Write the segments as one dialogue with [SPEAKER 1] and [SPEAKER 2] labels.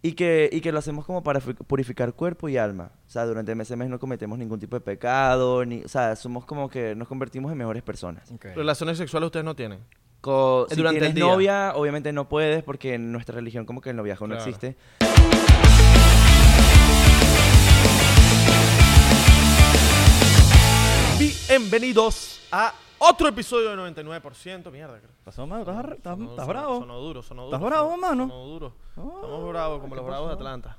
[SPEAKER 1] Y que, y que lo hacemos como para fu- purificar cuerpo y alma. O sea, durante ese mes no cometemos ningún tipo de pecado, ni, o sea, somos como que nos convertimos en mejores personas.
[SPEAKER 2] Ok.
[SPEAKER 3] Relaciones sexuales ustedes no tienen.
[SPEAKER 1] Co-
[SPEAKER 3] Eh,
[SPEAKER 1] si
[SPEAKER 3] durante
[SPEAKER 1] tienes
[SPEAKER 3] el día.
[SPEAKER 1] novia, obviamente no puedes porque en nuestra religión como que el noviazgo no
[SPEAKER 3] Claro.
[SPEAKER 1] existe.
[SPEAKER 3] Bienvenidos a otro episodio de 99%. Mierda, creo.
[SPEAKER 2] ¿Pasó, mano? ¿Estás, arre- estás-
[SPEAKER 3] Sonó-
[SPEAKER 2] Ah, estás
[SPEAKER 3] sonó-
[SPEAKER 2] bravo?
[SPEAKER 3] Sonó duro, sonó duro.
[SPEAKER 2] ¿Estás bravo,
[SPEAKER 3] sonó-
[SPEAKER 2] mano?
[SPEAKER 3] Sonó duro.
[SPEAKER 2] Ah,
[SPEAKER 3] Estamos bravos como
[SPEAKER 2] ¿qué
[SPEAKER 3] los bravos de
[SPEAKER 2] pasó?
[SPEAKER 3] Atlanta.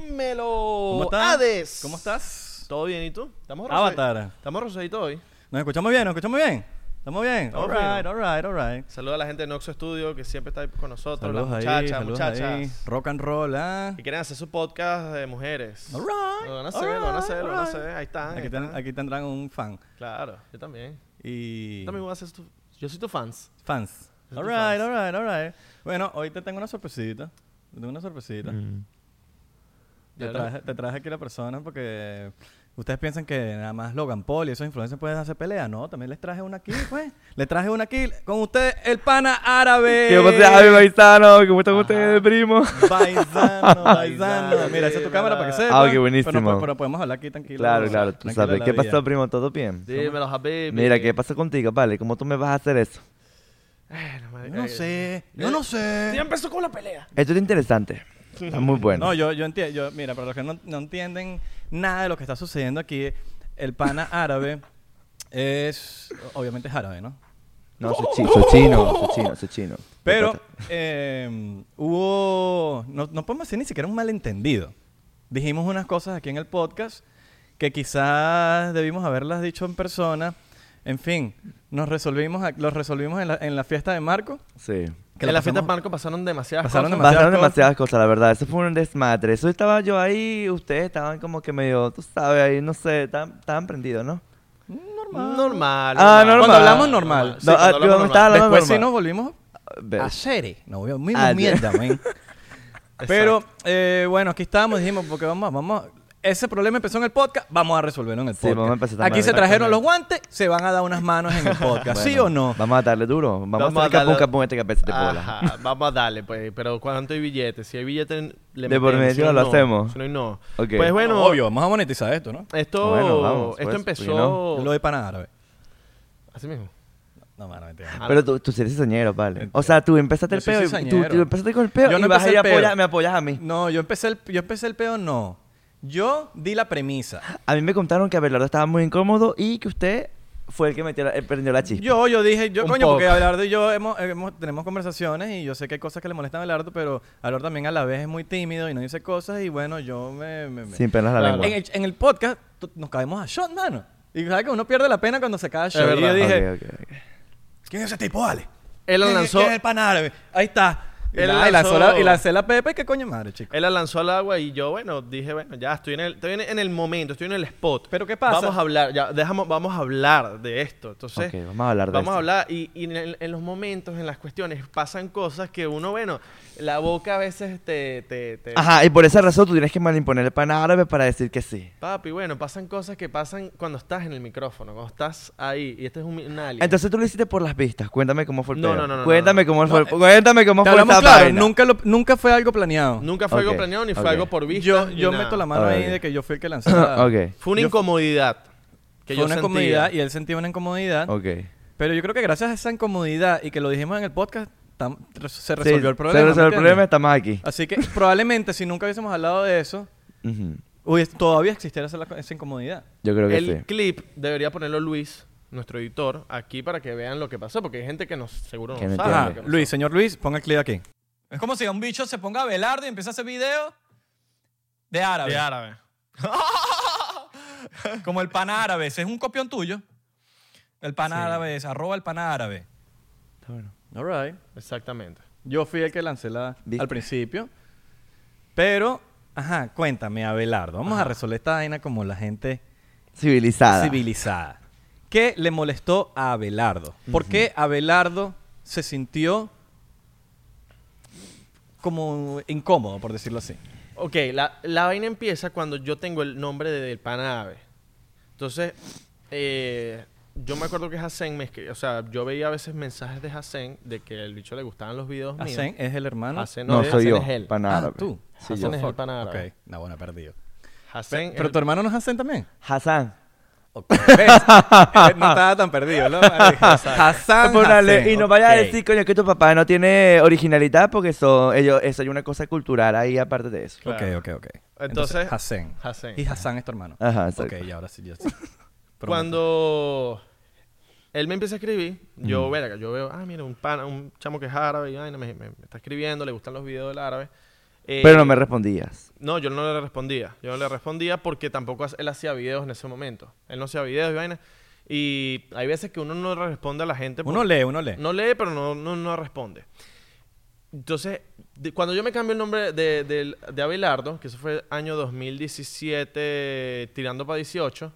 [SPEAKER 3] Dímelo.
[SPEAKER 2] ¿Cómo estás?
[SPEAKER 3] Hades.
[SPEAKER 2] ¿Cómo estás?
[SPEAKER 3] ¿Todo bien y tú? Estamos
[SPEAKER 2] Avatar.
[SPEAKER 3] rosa- Estamos rosaditos hoy.
[SPEAKER 2] ¿Nos escuchamos bien? ¿Nos escuchamos bien? ¿Estamos bien?
[SPEAKER 3] Estamos
[SPEAKER 2] All right,
[SPEAKER 3] fino.
[SPEAKER 2] all right, all right.
[SPEAKER 3] Saludos a la gente de Noxo Studio que siempre está ahí con nosotros.
[SPEAKER 2] Saludos
[SPEAKER 3] las
[SPEAKER 2] ahí,
[SPEAKER 3] muchachas,
[SPEAKER 2] saludos
[SPEAKER 3] muchachas.
[SPEAKER 2] ahí. Rock and roll, ¿ah?
[SPEAKER 3] Que quieren hacer su podcast de mujeres.
[SPEAKER 2] All right,
[SPEAKER 3] Lo van a
[SPEAKER 2] all
[SPEAKER 3] hacer, lo van a
[SPEAKER 2] right,
[SPEAKER 3] hacer, lo van a
[SPEAKER 2] all
[SPEAKER 3] hacer. Ahí están. ahí
[SPEAKER 2] Aquí, ten-
[SPEAKER 3] están.
[SPEAKER 2] aquí tendrán un fan.
[SPEAKER 3] Claro, yo también.
[SPEAKER 2] Y...
[SPEAKER 3] Yo también voy a hacer tu- Yo soy tu fans.
[SPEAKER 2] Fans.
[SPEAKER 3] Yo
[SPEAKER 2] All
[SPEAKER 3] soy
[SPEAKER 2] right,
[SPEAKER 3] fans.
[SPEAKER 2] all right, all right. Bueno, hoy te tengo una sorpresita. Te tengo una sorpresita.
[SPEAKER 1] Mm.
[SPEAKER 2] Te,
[SPEAKER 3] Ya,
[SPEAKER 2] traje, te traje aquí la persona porque ustedes piensan que nada más Logan Paul y esos influencers pueden hacer pelea. No, también les traje una aquí, pues. les traje una aquí con ustedes, el pana árabe.
[SPEAKER 1] ¿Qué pasa, Javi Baizano? ¿Cómo están ustedes, primo?
[SPEAKER 2] Paisano, paisano. Mira, esa es tu
[SPEAKER 3] Dímelo.
[SPEAKER 2] cámara para que sepa.
[SPEAKER 1] Ah, ok,
[SPEAKER 2] Pero- Pero,
[SPEAKER 1] buenísimo.
[SPEAKER 2] pero podemos hablar aquí tranquilo.
[SPEAKER 1] Claro, claro, tú
[SPEAKER 2] tranquilo
[SPEAKER 1] sabes.
[SPEAKER 2] la
[SPEAKER 1] ¿Qué
[SPEAKER 2] vida.
[SPEAKER 1] pasó, primo? ¿Todo bien?
[SPEAKER 3] Dímelo, Javi.
[SPEAKER 1] Mira, ¿qué pasó contigo? Vale, ¿cómo tú me vas a hacer eso?
[SPEAKER 2] Yo
[SPEAKER 1] Eh,
[SPEAKER 2] no sé, yo no
[SPEAKER 3] Ya
[SPEAKER 2] sé.
[SPEAKER 3] empezó con la pelea.
[SPEAKER 1] Esto es interesante. Está muy bueno.
[SPEAKER 2] No, yo, yo entiendo. Yo, mira, para los que no, no entienden nada de lo que está sucediendo aquí, el pana árabe es. Obviamente es árabe, ¿no?
[SPEAKER 1] No, soy, chi- soy chino, soy chino, soy chino.
[SPEAKER 2] Pero eh, hubo, no, no podemos decir ni siquiera un malentendido. Dijimos unas cosas aquí en el podcast que quizás debimos haberlas dicho en persona. En fin, nos resolvimos, a- los resolvimos en la, en la fiesta de Marco.
[SPEAKER 1] Sí.
[SPEAKER 2] que
[SPEAKER 3] en la fiesta
[SPEAKER 2] pasamos-
[SPEAKER 3] de Marco pasaron demasiadas
[SPEAKER 2] Pasaron
[SPEAKER 3] cosas.
[SPEAKER 2] demasiadas
[SPEAKER 1] Pasaron
[SPEAKER 2] cosas.
[SPEAKER 1] demasiadas cosas, la verdad. Eso fue un desmadre. Eso estaba yo ahí, ustedes estaban como que medio, tú sabes, ahí, no sé, estaban, estaban prendidos, ¿no?
[SPEAKER 3] Normal. Normal.
[SPEAKER 1] Ah, normal.
[SPEAKER 2] Cuando hablamos normal.
[SPEAKER 3] Sí,
[SPEAKER 1] No, ah,
[SPEAKER 3] cuando
[SPEAKER 1] yo estaba-
[SPEAKER 3] hablamos normal.
[SPEAKER 1] hablando
[SPEAKER 2] Después sí
[SPEAKER 1] normal.
[SPEAKER 2] nos volvimos
[SPEAKER 1] Ve-
[SPEAKER 3] Ah,
[SPEAKER 2] a serie. Nos volvimos
[SPEAKER 1] Ah, sí.
[SPEAKER 2] mierda, men. Pero eh, bueno, aquí estábamos, dijimos, porque vamos, vamos. Ese problema empezó en el podcast, vamos a resolverlo en el
[SPEAKER 1] Sí,
[SPEAKER 2] podcast.
[SPEAKER 1] vamos a empezar también.
[SPEAKER 2] aquí se trajeron los guantes, se van a dar unas manos en el podcast, ¿sí
[SPEAKER 1] Bueno,
[SPEAKER 2] o no?
[SPEAKER 1] Vamos a darle duro. Vamos,
[SPEAKER 3] Vamos a
[SPEAKER 1] a hacer capón,
[SPEAKER 3] darle-
[SPEAKER 1] capón este cabeza de bola.
[SPEAKER 3] Ajá, vamos a darle, pues. Pero ¿cuánto hay billete? Si hay billete, le
[SPEAKER 1] De por
[SPEAKER 3] metemos, si
[SPEAKER 1] medio
[SPEAKER 3] no,
[SPEAKER 1] lo
[SPEAKER 3] no.
[SPEAKER 1] hacemos.
[SPEAKER 3] Si no, y no.
[SPEAKER 1] Ok.
[SPEAKER 3] Pues bueno,
[SPEAKER 2] obvio, vamos a monetizar esto, ¿no?
[SPEAKER 3] Esto,
[SPEAKER 1] Bueno, vamos,
[SPEAKER 3] esto
[SPEAKER 1] pues,
[SPEAKER 3] empezó.
[SPEAKER 1] porque no.
[SPEAKER 2] Lo de pana árabe.
[SPEAKER 3] Así mismo.
[SPEAKER 2] No, mano, mentira.
[SPEAKER 1] Pero tú, tú sí eres cizañero, vale.
[SPEAKER 2] Entiendo.
[SPEAKER 1] O sea, tú empezaste
[SPEAKER 2] Yo
[SPEAKER 1] el
[SPEAKER 2] soy
[SPEAKER 1] peo. y- Tú,
[SPEAKER 2] cizañero.
[SPEAKER 1] tú empezaste con el peo
[SPEAKER 2] Yo no
[SPEAKER 1] y vas a
[SPEAKER 2] empecé
[SPEAKER 1] ir
[SPEAKER 2] el
[SPEAKER 1] a
[SPEAKER 2] peo.
[SPEAKER 1] apoyar- me apoyas a mí.
[SPEAKER 2] No, yo empecé el, yo empecé el peo, no. Yo di la premisa.
[SPEAKER 1] A mí me contaron que Abelardo estaba muy incómodo y que usted fue el que metió la- eh, prendió la chispa.
[SPEAKER 2] Yo, yo dije, yo,
[SPEAKER 3] Un
[SPEAKER 2] coño, porque
[SPEAKER 3] poco.
[SPEAKER 2] Abelardo y yo hemos, eh, hemos- tenemos conversaciones y yo sé que hay cosas que le molestan a Abelardo, pero Abelardo también a la vez es muy tímido y no dice cosas y bueno, yo me... me- me-
[SPEAKER 1] Sin penas la
[SPEAKER 3] Claro.
[SPEAKER 1] lengua.
[SPEAKER 2] En el, en el podcast t- nos caemos a shot, mano. Y sabes que uno pierde la pena cuando se cae a shot. Y yo
[SPEAKER 3] verdad.
[SPEAKER 2] dije,
[SPEAKER 1] Ok, ok, ok.
[SPEAKER 2] ¿quién es ese tipo, Ale?
[SPEAKER 3] Él la
[SPEAKER 2] ¿Quién-
[SPEAKER 3] lanzó-
[SPEAKER 2] quién es el pan árabe? Ahí está. Y
[SPEAKER 3] Él
[SPEAKER 2] la- y lanzó
[SPEAKER 3] lanzó-
[SPEAKER 2] la- y lancé la Pepe, qué coño madre, chico.
[SPEAKER 3] Él la lanzó al agua y yo, bueno, dije, bueno, ya estoy en el, estoy en- en el momento, estoy en el spot.
[SPEAKER 2] Pero, ¿qué pasa?
[SPEAKER 3] Vamos a hablar, ya, dejamos, vamos a hablar de esto. Entonces,
[SPEAKER 1] Ok, vamos a hablar de
[SPEAKER 3] Vamos a
[SPEAKER 1] eso.
[SPEAKER 3] hablar y, y en, en los momentos, en las cuestiones, pasan cosas que uno, bueno, la boca a veces te... te- te-
[SPEAKER 1] Ajá, y por esa razón tú tienes que malimponer el pan árabe para decir que sí.
[SPEAKER 3] Papi, bueno, pasan cosas que pasan cuando estás en el micrófono, cuando estás ahí. Y este es un, un alien.
[SPEAKER 1] Entonces tú lo hiciste por las vistas. Cuéntame cómo fue el
[SPEAKER 3] No,
[SPEAKER 1] peo.
[SPEAKER 3] no, no, no,
[SPEAKER 1] Cuéntame
[SPEAKER 3] no.
[SPEAKER 1] cómo
[SPEAKER 2] No,
[SPEAKER 1] fue.
[SPEAKER 2] eh,
[SPEAKER 1] el- cuéntame cómo
[SPEAKER 2] Te
[SPEAKER 1] fue
[SPEAKER 2] hablamos
[SPEAKER 1] esa
[SPEAKER 2] claro,
[SPEAKER 1] vaina.
[SPEAKER 2] nunca, lo- nunca fue algo planeado.
[SPEAKER 3] Nunca fue
[SPEAKER 1] Ok,
[SPEAKER 3] algo planeado ni fue
[SPEAKER 1] ok.
[SPEAKER 3] algo por vista.
[SPEAKER 2] yo
[SPEAKER 3] ni
[SPEAKER 2] yo
[SPEAKER 3] nada.
[SPEAKER 2] meto la mano
[SPEAKER 1] Ah,
[SPEAKER 2] ahí
[SPEAKER 1] ok.
[SPEAKER 2] de que yo fui el que lanzó la...
[SPEAKER 1] Ok.
[SPEAKER 3] Fue una
[SPEAKER 2] Yo-
[SPEAKER 3] incomodidad. Que
[SPEAKER 2] Fue
[SPEAKER 3] yo
[SPEAKER 2] una
[SPEAKER 3] sentía.
[SPEAKER 2] incomodidad y él sentía una incomodidad.
[SPEAKER 1] Ok.
[SPEAKER 2] Pero yo creo que gracias a esa incomodidad y que lo dijimos en el podcast, tam- res-
[SPEAKER 1] Sí,
[SPEAKER 2] se resolvió el problema.
[SPEAKER 1] Se resolvió el
[SPEAKER 2] ¿me entiendes? Ah,
[SPEAKER 1] problema, estamos aquí.
[SPEAKER 2] Así que probablemente si nunca hubiésemos hablado de eso,
[SPEAKER 1] Ujú.
[SPEAKER 2] hubiese- todavía existiera esa, esa incomodidad.
[SPEAKER 1] Yo creo que
[SPEAKER 3] El
[SPEAKER 1] sí.
[SPEAKER 3] clip debería ponerlo Luis, nuestro editor, aquí para que vean lo que pasó, porque hay gente que no, seguro no
[SPEAKER 1] Que no
[SPEAKER 3] sabe.
[SPEAKER 1] entiende.
[SPEAKER 3] lo
[SPEAKER 2] Ajá,
[SPEAKER 3] que pasó.
[SPEAKER 2] Luis, señor Luis, ponga el clip aquí. Es como si un bicho se ponga a velar y empieza a hacer videos de árabe.
[SPEAKER 3] De árabe.
[SPEAKER 2] Como el pan árabe. Ese es un copión tuyo. El pan árabe es arroba el pan árabe.
[SPEAKER 1] Está bueno.
[SPEAKER 2] All right.
[SPEAKER 3] Exactamente.
[SPEAKER 2] Yo fui el que lancé la,
[SPEAKER 1] ¿Viste?
[SPEAKER 2] al principio. Pero, ajá, cuéntame, Abelardo. Vamos a resolver esta vaina como la gente
[SPEAKER 1] Civilizada.
[SPEAKER 2] civilizada. ¿Qué le molestó a Abelardo? ¿Por qué Abelardo se sintió como incómodo, por decirlo así?
[SPEAKER 3] Ok, la, la vaina empieza cuando yo tengo el nombre de- del pan árabe. Entonces, eh, yo me acuerdo que Hassen me escribía, o sea, yo veía a veces mensajes de Hassen de que el bicho le gustaban los videos míos.
[SPEAKER 2] Hacen es el hermano.
[SPEAKER 3] Hassen
[SPEAKER 1] No,
[SPEAKER 3] es-
[SPEAKER 1] soy
[SPEAKER 3] Hassen
[SPEAKER 1] yo.
[SPEAKER 3] es él.
[SPEAKER 1] Pan
[SPEAKER 2] Ah,
[SPEAKER 1] árabe.
[SPEAKER 2] tú.
[SPEAKER 1] Sí,
[SPEAKER 3] Hassen
[SPEAKER 1] yo.
[SPEAKER 3] es el pan árabe.
[SPEAKER 2] Ok. No, bueno, perdido.
[SPEAKER 3] Hassen
[SPEAKER 2] Pe-
[SPEAKER 3] es
[SPEAKER 2] Pero
[SPEAKER 3] el-
[SPEAKER 2] tu hermano no es Hacen también.
[SPEAKER 1] Hassan.
[SPEAKER 2] ¿Ves? Eh, no estaba tan perdido, ¿no? Hassan,
[SPEAKER 1] Por una le-
[SPEAKER 2] Hassan,
[SPEAKER 1] y no vaya a
[SPEAKER 2] ok.
[SPEAKER 1] decir, coño, que tu papá no tiene originalidad porque eso, ellos, eso hay una cosa cultural ahí aparte de eso.
[SPEAKER 2] Ok,
[SPEAKER 3] Claro.
[SPEAKER 2] ok, ok.
[SPEAKER 3] Entonces,
[SPEAKER 2] Hassan.
[SPEAKER 3] Hassan.
[SPEAKER 2] Y Hassan es tu hermano.
[SPEAKER 1] Ajá, exacto.
[SPEAKER 2] Ok, y ahora sí, ya sí. Prometo.
[SPEAKER 3] Cuando él me empieza a escribir, yo, verga, yo veo, ah, mira, un pana, un chamo que es árabe, y vaina, me, me- me está escribiendo, le gustan los videos del árabe. Eh,
[SPEAKER 1] Pero no me respondías.
[SPEAKER 3] No, yo no le respondía. Yo no le respondía porque tampoco ha- él hacía videos en ese momento. Él no hacía videos y vaina. Y hay veces que uno no le responde a la gente. por-
[SPEAKER 2] Uno lee, uno lee.
[SPEAKER 3] No lee, pero no, no, no responde. Entonces, de- cuando yo me cambio el nombre de, de- de Abelardo, que eso fue año 2017, tirando para 18,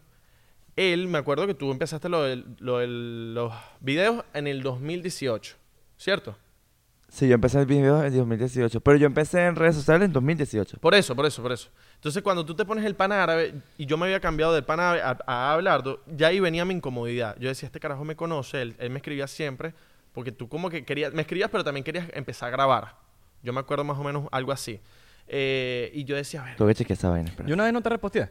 [SPEAKER 3] él, me acuerdo que tú empezaste lo del- lo del- los videos en el 2018, ¿cierto?
[SPEAKER 1] Sí, yo empecé el video en 2018, pero yo empecé en redes sociales en 2018.
[SPEAKER 3] Por eso, por eso, por eso. Entonces, cuando tú te pones el pan árabe, y yo me había cambiado del pan árabe a, a Abelardo, ya ahí venía mi incomodidad. Yo decía, este carajo me conoce, él, él me escribía siempre, porque tú como que querías, me escribías, pero también querías empezar a grabar. Yo me acuerdo más o menos algo así. Eh, y yo decía, a ver,
[SPEAKER 1] Tengo que chequear esa vaina. espera.
[SPEAKER 2] Yo una vez no te reposteé.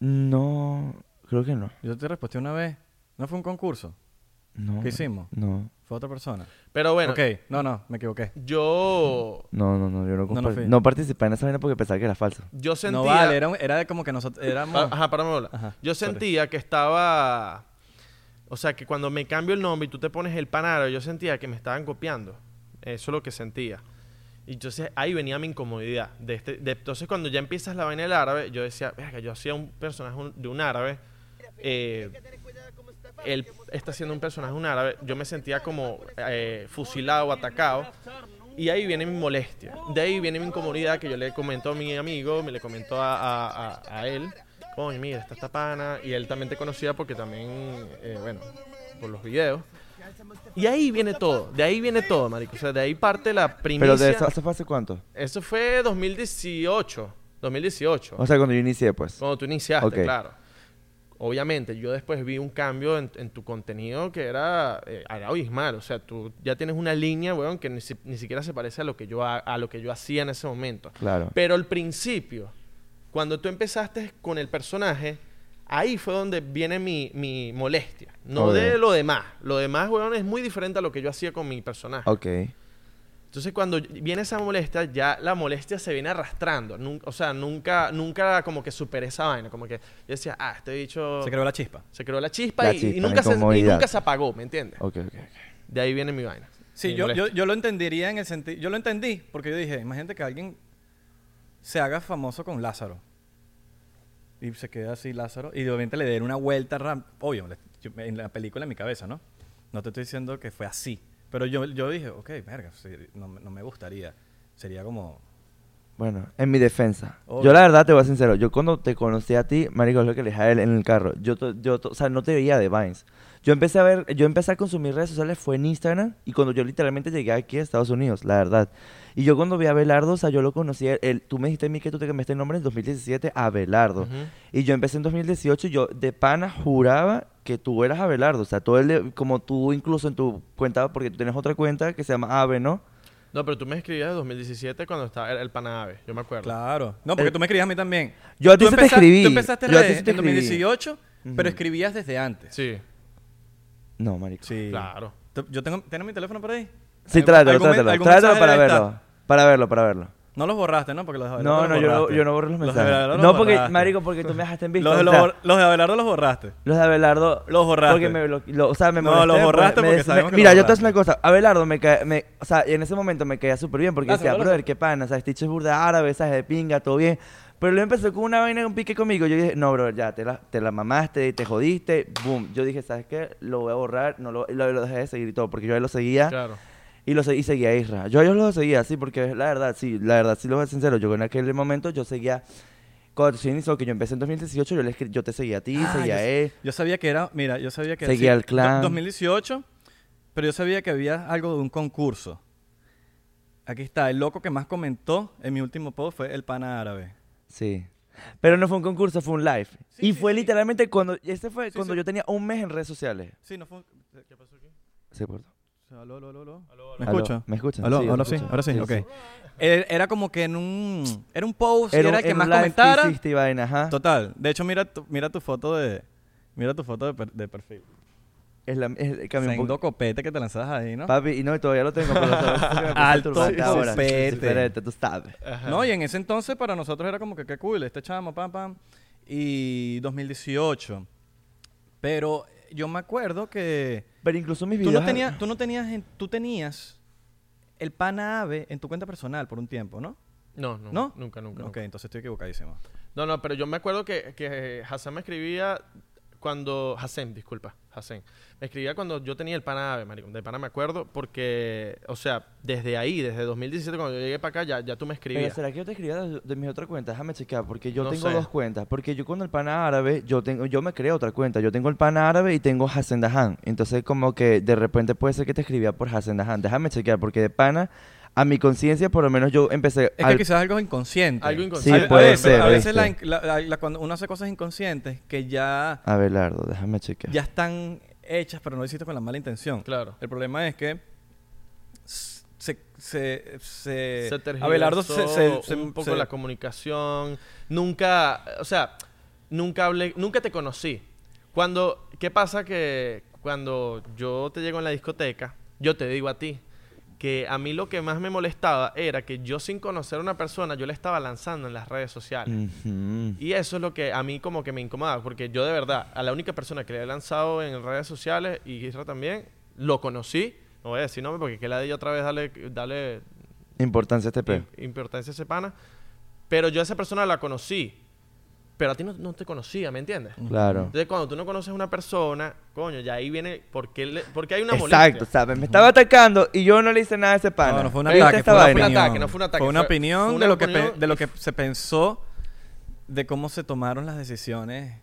[SPEAKER 1] No, creo que no.
[SPEAKER 2] Yo te reposteé una vez. No fue un concurso.
[SPEAKER 1] no.
[SPEAKER 2] ¿Qué hicimos?
[SPEAKER 1] No,
[SPEAKER 2] Fue otra persona.
[SPEAKER 3] pero bueno,
[SPEAKER 2] ok, no, no, me equivoqué.
[SPEAKER 3] yo,
[SPEAKER 1] no, no, no, yo no,
[SPEAKER 2] No, no
[SPEAKER 1] compa-
[SPEAKER 2] fui.
[SPEAKER 1] no participé en esa vaina porque pensaba que era falso.
[SPEAKER 3] yo sentía...
[SPEAKER 2] No vale, era, un- era como que nosotros
[SPEAKER 3] Pa-
[SPEAKER 2] éramos...
[SPEAKER 3] Ah, Ajá, para bola.
[SPEAKER 2] Ajá,
[SPEAKER 3] Yo
[SPEAKER 2] sorry.
[SPEAKER 3] sentía que estaba. O sea, que cuando me cambio el nombre y tú te pones el panaro, yo sentía que me estaban copiando. Eso es lo que sentía. Y entonces ahí venía mi incomodidad. De este- de- entonces cuando ya empiezas la vaina del árabe, yo decía, verga, yo hacía un personaje un- de un árabe. eh, él está siendo un personaje un árabe. Yo me sentía como eh, fusilado, atacado. Y ahí viene mi molestia. De ahí viene mi incomodidad que yo le comento a mi amigo, me le comento a, a- a- a él. Coño, mira, está esta pana. Y él también te conocía porque también, eh, bueno, por los videos. Y ahí viene todo. De ahí viene todo, marico. O sea, de ahí parte la primicia.
[SPEAKER 1] Pero de eso, ¿eso fue hace cuánto?
[SPEAKER 3] Eso fue 2018. 2018.
[SPEAKER 1] O sea, cuando yo inicié, pues.
[SPEAKER 3] Cuando tú iniciaste,
[SPEAKER 1] Ok.
[SPEAKER 3] claro. Obviamente, yo después vi un cambio en, en tu contenido que era eh, era abismal. O sea, tú ya tienes una línea, weón, que ni, si- ni siquiera se parece a lo que yo ha- a lo que yo hacía en ese momento.
[SPEAKER 1] Claro.
[SPEAKER 3] Pero al principio, cuando tú empezaste con el personaje, ahí fue donde viene mi, mi molestia. No
[SPEAKER 1] Obvio.
[SPEAKER 3] de lo demás. Lo demás, weón, es muy diferente a lo que yo hacía con mi personaje.
[SPEAKER 1] Ok.
[SPEAKER 3] Entonces, cuando viene esa molestia, ya la molestia se viene arrastrando. Nun- o sea, nunca, nunca como que superé esa vaina. Como que yo decía, ah, este bicho.
[SPEAKER 2] Se creó la chispa.
[SPEAKER 3] se creó la chispa,
[SPEAKER 1] La
[SPEAKER 3] y, y
[SPEAKER 1] chispa, la
[SPEAKER 3] nunca se, y
[SPEAKER 1] incomodidad.
[SPEAKER 3] nunca se apagó, ¿me entiendes?
[SPEAKER 1] Ok, ok.
[SPEAKER 3] De ahí viene mi vaina.
[SPEAKER 2] Sí,
[SPEAKER 3] mi
[SPEAKER 2] yo,
[SPEAKER 3] molestia.
[SPEAKER 2] yo, yo lo entendería en el sentido... Yo lo entendí porque yo dije, imagínate que alguien se haga famoso con Lázaro. Y se queda así Lázaro. Y de repente le den una vuelta... ram- Obvio, le- yo- en la película en mi cabeza, ¿no? No te estoy diciendo que fue así. Pero yo, yo dije, ok, verga, sí, no, me- no me gustaría. Sería como...
[SPEAKER 1] Bueno, en mi defensa.
[SPEAKER 2] Obvio.
[SPEAKER 1] Yo la verdad te voy a ser sincero. Yo cuando te conocí a ti, marico, es lo que le dije a él en el carro. Yo, to- yo to- o sea, no te veía de Vines. Yo empecé a ver, yo empecé a consumir redes sociales fue en Instagram y cuando yo literalmente llegué aquí a Estados Unidos, la verdad. Y yo cuando vi a Abelardo, o sea, yo lo conocí, él, tú me dijiste a mí que tú te cambiaste el nombre en 2017 a Abelardo.
[SPEAKER 3] Ujú.
[SPEAKER 1] Y yo empecé en 2018 y yo de pana juraba que tú eras Abelardo, o sea, todo el, como tú incluso en tu cuenta, porque tú tienes otra cuenta que se llama Ave, ¿no?
[SPEAKER 3] No, pero tú me escribías en 2017 cuando estaba el, el Panave, yo me acuerdo.
[SPEAKER 2] Claro. No, porque
[SPEAKER 1] Eh,
[SPEAKER 2] tú me escribías a mí también.
[SPEAKER 1] yo a ti
[SPEAKER 2] Tú
[SPEAKER 1] sí te
[SPEAKER 2] empeza-
[SPEAKER 1] escribí.
[SPEAKER 2] Tú empezaste
[SPEAKER 1] Yo a ti
[SPEAKER 2] redes
[SPEAKER 1] sí te
[SPEAKER 2] en
[SPEAKER 1] escribí.
[SPEAKER 2] 2018,
[SPEAKER 1] Ujú.
[SPEAKER 2] pero escribías desde antes.
[SPEAKER 3] Sí,
[SPEAKER 1] No, marico.
[SPEAKER 2] Claro.
[SPEAKER 3] Claro.
[SPEAKER 2] Yo tengo... ¿Tienes mi teléfono por ahí?
[SPEAKER 1] Sí,
[SPEAKER 2] ¿Algún-
[SPEAKER 1] trátalo,
[SPEAKER 2] algún men-
[SPEAKER 1] trátalo.
[SPEAKER 2] algún
[SPEAKER 1] Trátalo
[SPEAKER 2] mensaje
[SPEAKER 1] para
[SPEAKER 2] debe
[SPEAKER 1] verlo.
[SPEAKER 2] estar?
[SPEAKER 1] Para verlo, para verlo.
[SPEAKER 2] No los borraste, ¿no? Porque los de Abelardo
[SPEAKER 1] No,
[SPEAKER 2] los
[SPEAKER 1] no, yo no,
[SPEAKER 2] borraste.
[SPEAKER 1] yo no borro los mensajes.
[SPEAKER 2] de Abelardo los
[SPEAKER 1] no, porque,
[SPEAKER 2] borraste.
[SPEAKER 1] marico, porque tú me dejaste en vista.
[SPEAKER 2] Los de,
[SPEAKER 1] o
[SPEAKER 2] los
[SPEAKER 1] sea,
[SPEAKER 2] bor- los de Abelardo los borraste.
[SPEAKER 1] los de Abelardo.
[SPEAKER 2] Los borraste.
[SPEAKER 1] Porque me blo- lo- o sea, me
[SPEAKER 2] No,
[SPEAKER 1] molesté,
[SPEAKER 2] los
[SPEAKER 1] pues,
[SPEAKER 2] borraste
[SPEAKER 1] me
[SPEAKER 2] porque
[SPEAKER 1] des-
[SPEAKER 2] sabemos
[SPEAKER 1] me-
[SPEAKER 2] que
[SPEAKER 1] Mira,
[SPEAKER 2] los
[SPEAKER 1] yo te voy a decir una
[SPEAKER 2] borraste.
[SPEAKER 1] cosa. Abelardo me cae. Me, o sea, en ese momento me caía súper bien porque
[SPEAKER 2] Ah,
[SPEAKER 1] decía,
[SPEAKER 2] seguro.
[SPEAKER 1] brother, qué pana. O sea, este bicho es burda árabe, sabes, de pinga, todo bien. Pero luego empezó con una vaina, un pique conmigo. Yo dije, no, brother, ya, te la, te la mamaste, te jodiste, boom. Yo dije, ¿sabes qué? Lo voy a borrar, no lo, lo, lo dejé de seguir y todo, porque yo a él lo seguía.
[SPEAKER 3] claro.
[SPEAKER 1] Y, lo se- y seguía a Isra. Yo a ellos los seguía, sí, porque la verdad, sí, la verdad, sí, lo voy a ser sincero. Yo en aquel momento, yo seguía. Cuando se inició, que yo empecé en 2018, yo, le escri- yo te seguía a ti,
[SPEAKER 2] Ah,
[SPEAKER 1] seguía a
[SPEAKER 2] yo,
[SPEAKER 1] él.
[SPEAKER 2] yo sabía que era... Mira, yo sabía que...
[SPEAKER 1] Seguía
[SPEAKER 2] sí,
[SPEAKER 1] al clan.
[SPEAKER 2] do- 2018, pero yo sabía que había algo de un concurso. Aquí está. El loco que más comentó en mi último post fue el pana árabe.
[SPEAKER 1] Sí. Pero no fue un concurso, fue un live.
[SPEAKER 2] Sí,
[SPEAKER 1] y
[SPEAKER 2] sí,
[SPEAKER 1] fue
[SPEAKER 2] sí.
[SPEAKER 1] literalmente cuando. Este fue
[SPEAKER 2] Sí,
[SPEAKER 1] cuando
[SPEAKER 2] sí.
[SPEAKER 1] yo tenía un mes en redes sociales.
[SPEAKER 2] Sí, no fue. un-
[SPEAKER 3] ¿Qué pasó aquí?
[SPEAKER 1] ¿Se cortó?
[SPEAKER 2] Aló, aló, aló, aló.
[SPEAKER 3] Aló,
[SPEAKER 2] ¿Me
[SPEAKER 3] aló.
[SPEAKER 1] Aló,
[SPEAKER 2] escucha?
[SPEAKER 1] ¿Me escuchan?
[SPEAKER 2] Aló,
[SPEAKER 1] yo
[SPEAKER 2] ahora
[SPEAKER 1] te
[SPEAKER 2] sí,
[SPEAKER 1] escucho.
[SPEAKER 2] ahora sí, ok. Era era como que en un. Era un post, era,
[SPEAKER 1] Era, un-
[SPEAKER 2] el que
[SPEAKER 1] era un
[SPEAKER 2] más
[SPEAKER 1] live que
[SPEAKER 2] comentara.
[SPEAKER 1] hiciste y vaina, ajá.
[SPEAKER 2] Total. De hecho, mira tu, mira tu foto de. Mira tu foto de, per- de perfil.
[SPEAKER 1] Es la, es, cambió un
[SPEAKER 2] Sendo
[SPEAKER 1] poco.
[SPEAKER 2] copete que te lanzabas ahí, ¿no?
[SPEAKER 1] Papi, y no, y todavía lo tengo, pero sabes que me puse
[SPEAKER 2] Alto
[SPEAKER 1] turbante ahora.
[SPEAKER 2] copete.
[SPEAKER 1] Diferente, tú sabes.
[SPEAKER 3] Ajá.
[SPEAKER 2] No, y en ese entonces para nosotros era como que qué cool, este chamo, pam, pam. Y 2018. Pero yo me acuerdo que
[SPEAKER 1] Pero incluso mis
[SPEAKER 2] tú
[SPEAKER 1] videos.
[SPEAKER 2] no tenías, tú no tenías, en- tú tenías el pana ave en tu cuenta personal por un tiempo, ¿no?
[SPEAKER 3] No, no,
[SPEAKER 2] ¿No?
[SPEAKER 3] Nunca, nunca.
[SPEAKER 2] Ok,
[SPEAKER 3] nunca.
[SPEAKER 2] entonces estoy equivocadísimo.
[SPEAKER 3] No, no, pero yo me acuerdo que, que Hassan me escribía cuando. Hassan, disculpa, Hassan. Me escribía cuando yo tenía el pana Ave, marico. De pana me acuerdo, porque, o sea, desde ahí, desde 2017, cuando yo llegué para acá, ya, ya tú me
[SPEAKER 1] Pero
[SPEAKER 3] escribías.
[SPEAKER 1] será que yo te escribía de, de mis otras cuentas, déjame chequear, porque yo
[SPEAKER 3] No
[SPEAKER 1] tengo
[SPEAKER 3] sé.
[SPEAKER 1] dos cuentas. Porque yo con el pan árabe, yo tengo, yo me creé otra cuenta. Yo tengo el pan árabe y tengo Hassan Dahan. Entonces, como que de repente puede ser que te escribía por Hassan Dahan. Déjame chequear, porque de pana, a mi conciencia, por lo menos yo empecé
[SPEAKER 2] Es
[SPEAKER 1] al-
[SPEAKER 2] que quizás algo inconsciente.
[SPEAKER 3] Algo
[SPEAKER 1] Sí,
[SPEAKER 3] inconsciente.
[SPEAKER 2] a,
[SPEAKER 1] puede
[SPEAKER 2] a veces,
[SPEAKER 1] ser,
[SPEAKER 2] a veces la
[SPEAKER 1] ¿viste?
[SPEAKER 2] in- la- la- la- cuando uno hace cosas inconscientes que ya,
[SPEAKER 1] Abelardo, déjame chequear.
[SPEAKER 2] ya están hechas, pero no lo hiciste con la mala intención.
[SPEAKER 3] Claro.
[SPEAKER 2] El problema es que s- se, se, se,
[SPEAKER 3] se tergiversó
[SPEAKER 2] Abelardo se, se- se-
[SPEAKER 3] un poco
[SPEAKER 2] se-
[SPEAKER 3] la comunicación. Nunca, o sea, nunca hablé, nunca te conocí. Cuando, ¿qué pasa que cuando yo te llego en la discoteca, yo te digo a ti que a mí lo que más me molestaba era que yo sin conocer a una persona, yo la estaba lanzando en las redes sociales.
[SPEAKER 2] Mm.
[SPEAKER 1] Ujú.
[SPEAKER 3] Y eso es lo que a mí como que me incomoda, porque yo de verdad, a la única persona que le he lanzado en redes sociales, y Isra también, lo conocí, no voy a decir nombre porque que la de ella otra vez, dale, dale
[SPEAKER 1] Importancia este peo.
[SPEAKER 3] im- importancia a ese pana. Pero yo a esa persona la conocí. Pero a ti no, no te conocía, ¿me entiendes?
[SPEAKER 1] Claro.
[SPEAKER 3] Entonces, cuando tú no conoces a una persona, coño, ya ahí viene. ¿Por qué, le- por qué hay una
[SPEAKER 1] Exacto,
[SPEAKER 3] molestia?
[SPEAKER 1] ¿sabes? Me estaba atacando y yo no le hice nada a ese pana.
[SPEAKER 2] No, no fue un
[SPEAKER 1] ¿Viste
[SPEAKER 2] ataque,
[SPEAKER 1] esta
[SPEAKER 2] fue una
[SPEAKER 1] vaina?
[SPEAKER 2] opinión.
[SPEAKER 3] ataque, no fue un ataque,
[SPEAKER 2] Fue una
[SPEAKER 3] fue-
[SPEAKER 2] opinión,
[SPEAKER 3] fue una
[SPEAKER 2] de, lo que pe-
[SPEAKER 3] opinión.
[SPEAKER 2] de lo que se pensó de cómo se tomaron las decisiones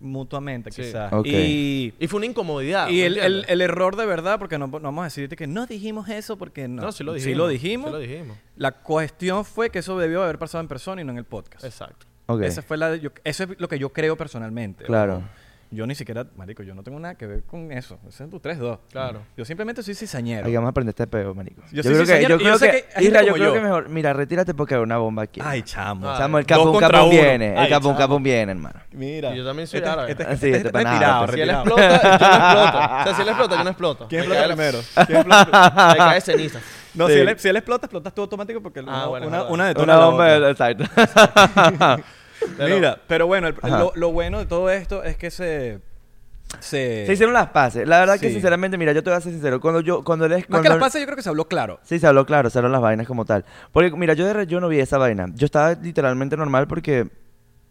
[SPEAKER 2] mutuamente,
[SPEAKER 3] Sí.
[SPEAKER 2] quizás.
[SPEAKER 1] Ok.
[SPEAKER 2] Y,
[SPEAKER 3] Y fue una incomodidad.
[SPEAKER 2] y
[SPEAKER 3] ¿me
[SPEAKER 2] el, el-
[SPEAKER 3] entiendes?
[SPEAKER 2] el error de verdad, porque no, no vamos a decirte que no dijimos eso, porque no.
[SPEAKER 3] no, sí lo dijimos.
[SPEAKER 2] Sí lo dijimos.
[SPEAKER 3] sí lo dijimos.
[SPEAKER 2] La cuestión fue que eso debió haber pasado en persona y no en el podcast.
[SPEAKER 3] Exacto.
[SPEAKER 1] Ok.
[SPEAKER 2] Esa fue la, yo- eso es lo que yo creo personalmente.
[SPEAKER 1] Claro.
[SPEAKER 2] Yo ni siquiera, marico, yo no tengo nada que ver con eso. Ese es tu 3-2.
[SPEAKER 3] Claro.
[SPEAKER 2] Yo simplemente soy
[SPEAKER 1] Ahí
[SPEAKER 2] cizañero.
[SPEAKER 1] vamos a aprender este peo, marico.
[SPEAKER 2] Yo soy cizañero y yo sé que hay gente
[SPEAKER 1] Isra, yo
[SPEAKER 2] como
[SPEAKER 1] creo
[SPEAKER 2] yo.
[SPEAKER 1] que mejor. Mira, retírate porque hay una bomba aquí.
[SPEAKER 2] Ay, chamo.
[SPEAKER 3] Ah,
[SPEAKER 1] Chamo, el
[SPEAKER 2] Dos
[SPEAKER 1] capón,
[SPEAKER 2] contra
[SPEAKER 1] capón
[SPEAKER 2] uno.
[SPEAKER 1] viene.
[SPEAKER 2] Ay,
[SPEAKER 1] El capón,
[SPEAKER 2] chamo.
[SPEAKER 1] capón viene, hermano.
[SPEAKER 2] Mira.
[SPEAKER 3] Y yo también soy
[SPEAKER 2] Este-
[SPEAKER 3] árabe.
[SPEAKER 2] este-
[SPEAKER 1] Sí,
[SPEAKER 2] este-
[SPEAKER 1] este
[SPEAKER 2] este-
[SPEAKER 1] pana
[SPEAKER 2] retirado,
[SPEAKER 1] árabe.
[SPEAKER 3] Si él
[SPEAKER 2] retirado.
[SPEAKER 3] explota, yo no exploto. O sea, si él explota, yo no exploto.
[SPEAKER 2] ¿Quién
[SPEAKER 3] Me
[SPEAKER 2] explota
[SPEAKER 3] cae-
[SPEAKER 2] primero?
[SPEAKER 3] ¿Quién explota? Me cae ceniza.
[SPEAKER 2] No,
[SPEAKER 1] Sí.
[SPEAKER 2] si, él, si él explota, explotas tú automático porque
[SPEAKER 3] Ah,
[SPEAKER 2] una-
[SPEAKER 3] bueno,
[SPEAKER 2] una,
[SPEAKER 3] es verdad.
[SPEAKER 2] una de
[SPEAKER 1] Una bomba, exacto.
[SPEAKER 3] Pero-
[SPEAKER 2] Mira, pero bueno, el-
[SPEAKER 1] Ajá.
[SPEAKER 2] lo, lo bueno de todo esto es que se... Se,
[SPEAKER 1] Se hicieron las paces. La verdad que,
[SPEAKER 2] Sí.
[SPEAKER 1] sinceramente, mira, yo te voy a ser sincero. Cuando yo, cuando él es.
[SPEAKER 2] Más que las
[SPEAKER 1] cuando-
[SPEAKER 2] pases, yo creo que se habló claro.
[SPEAKER 1] Sí, se habló claro, se hablaron las vainas como tal. Porque, mira, yo de re- yo no vi esa vaina. Yo estaba literalmente normal porque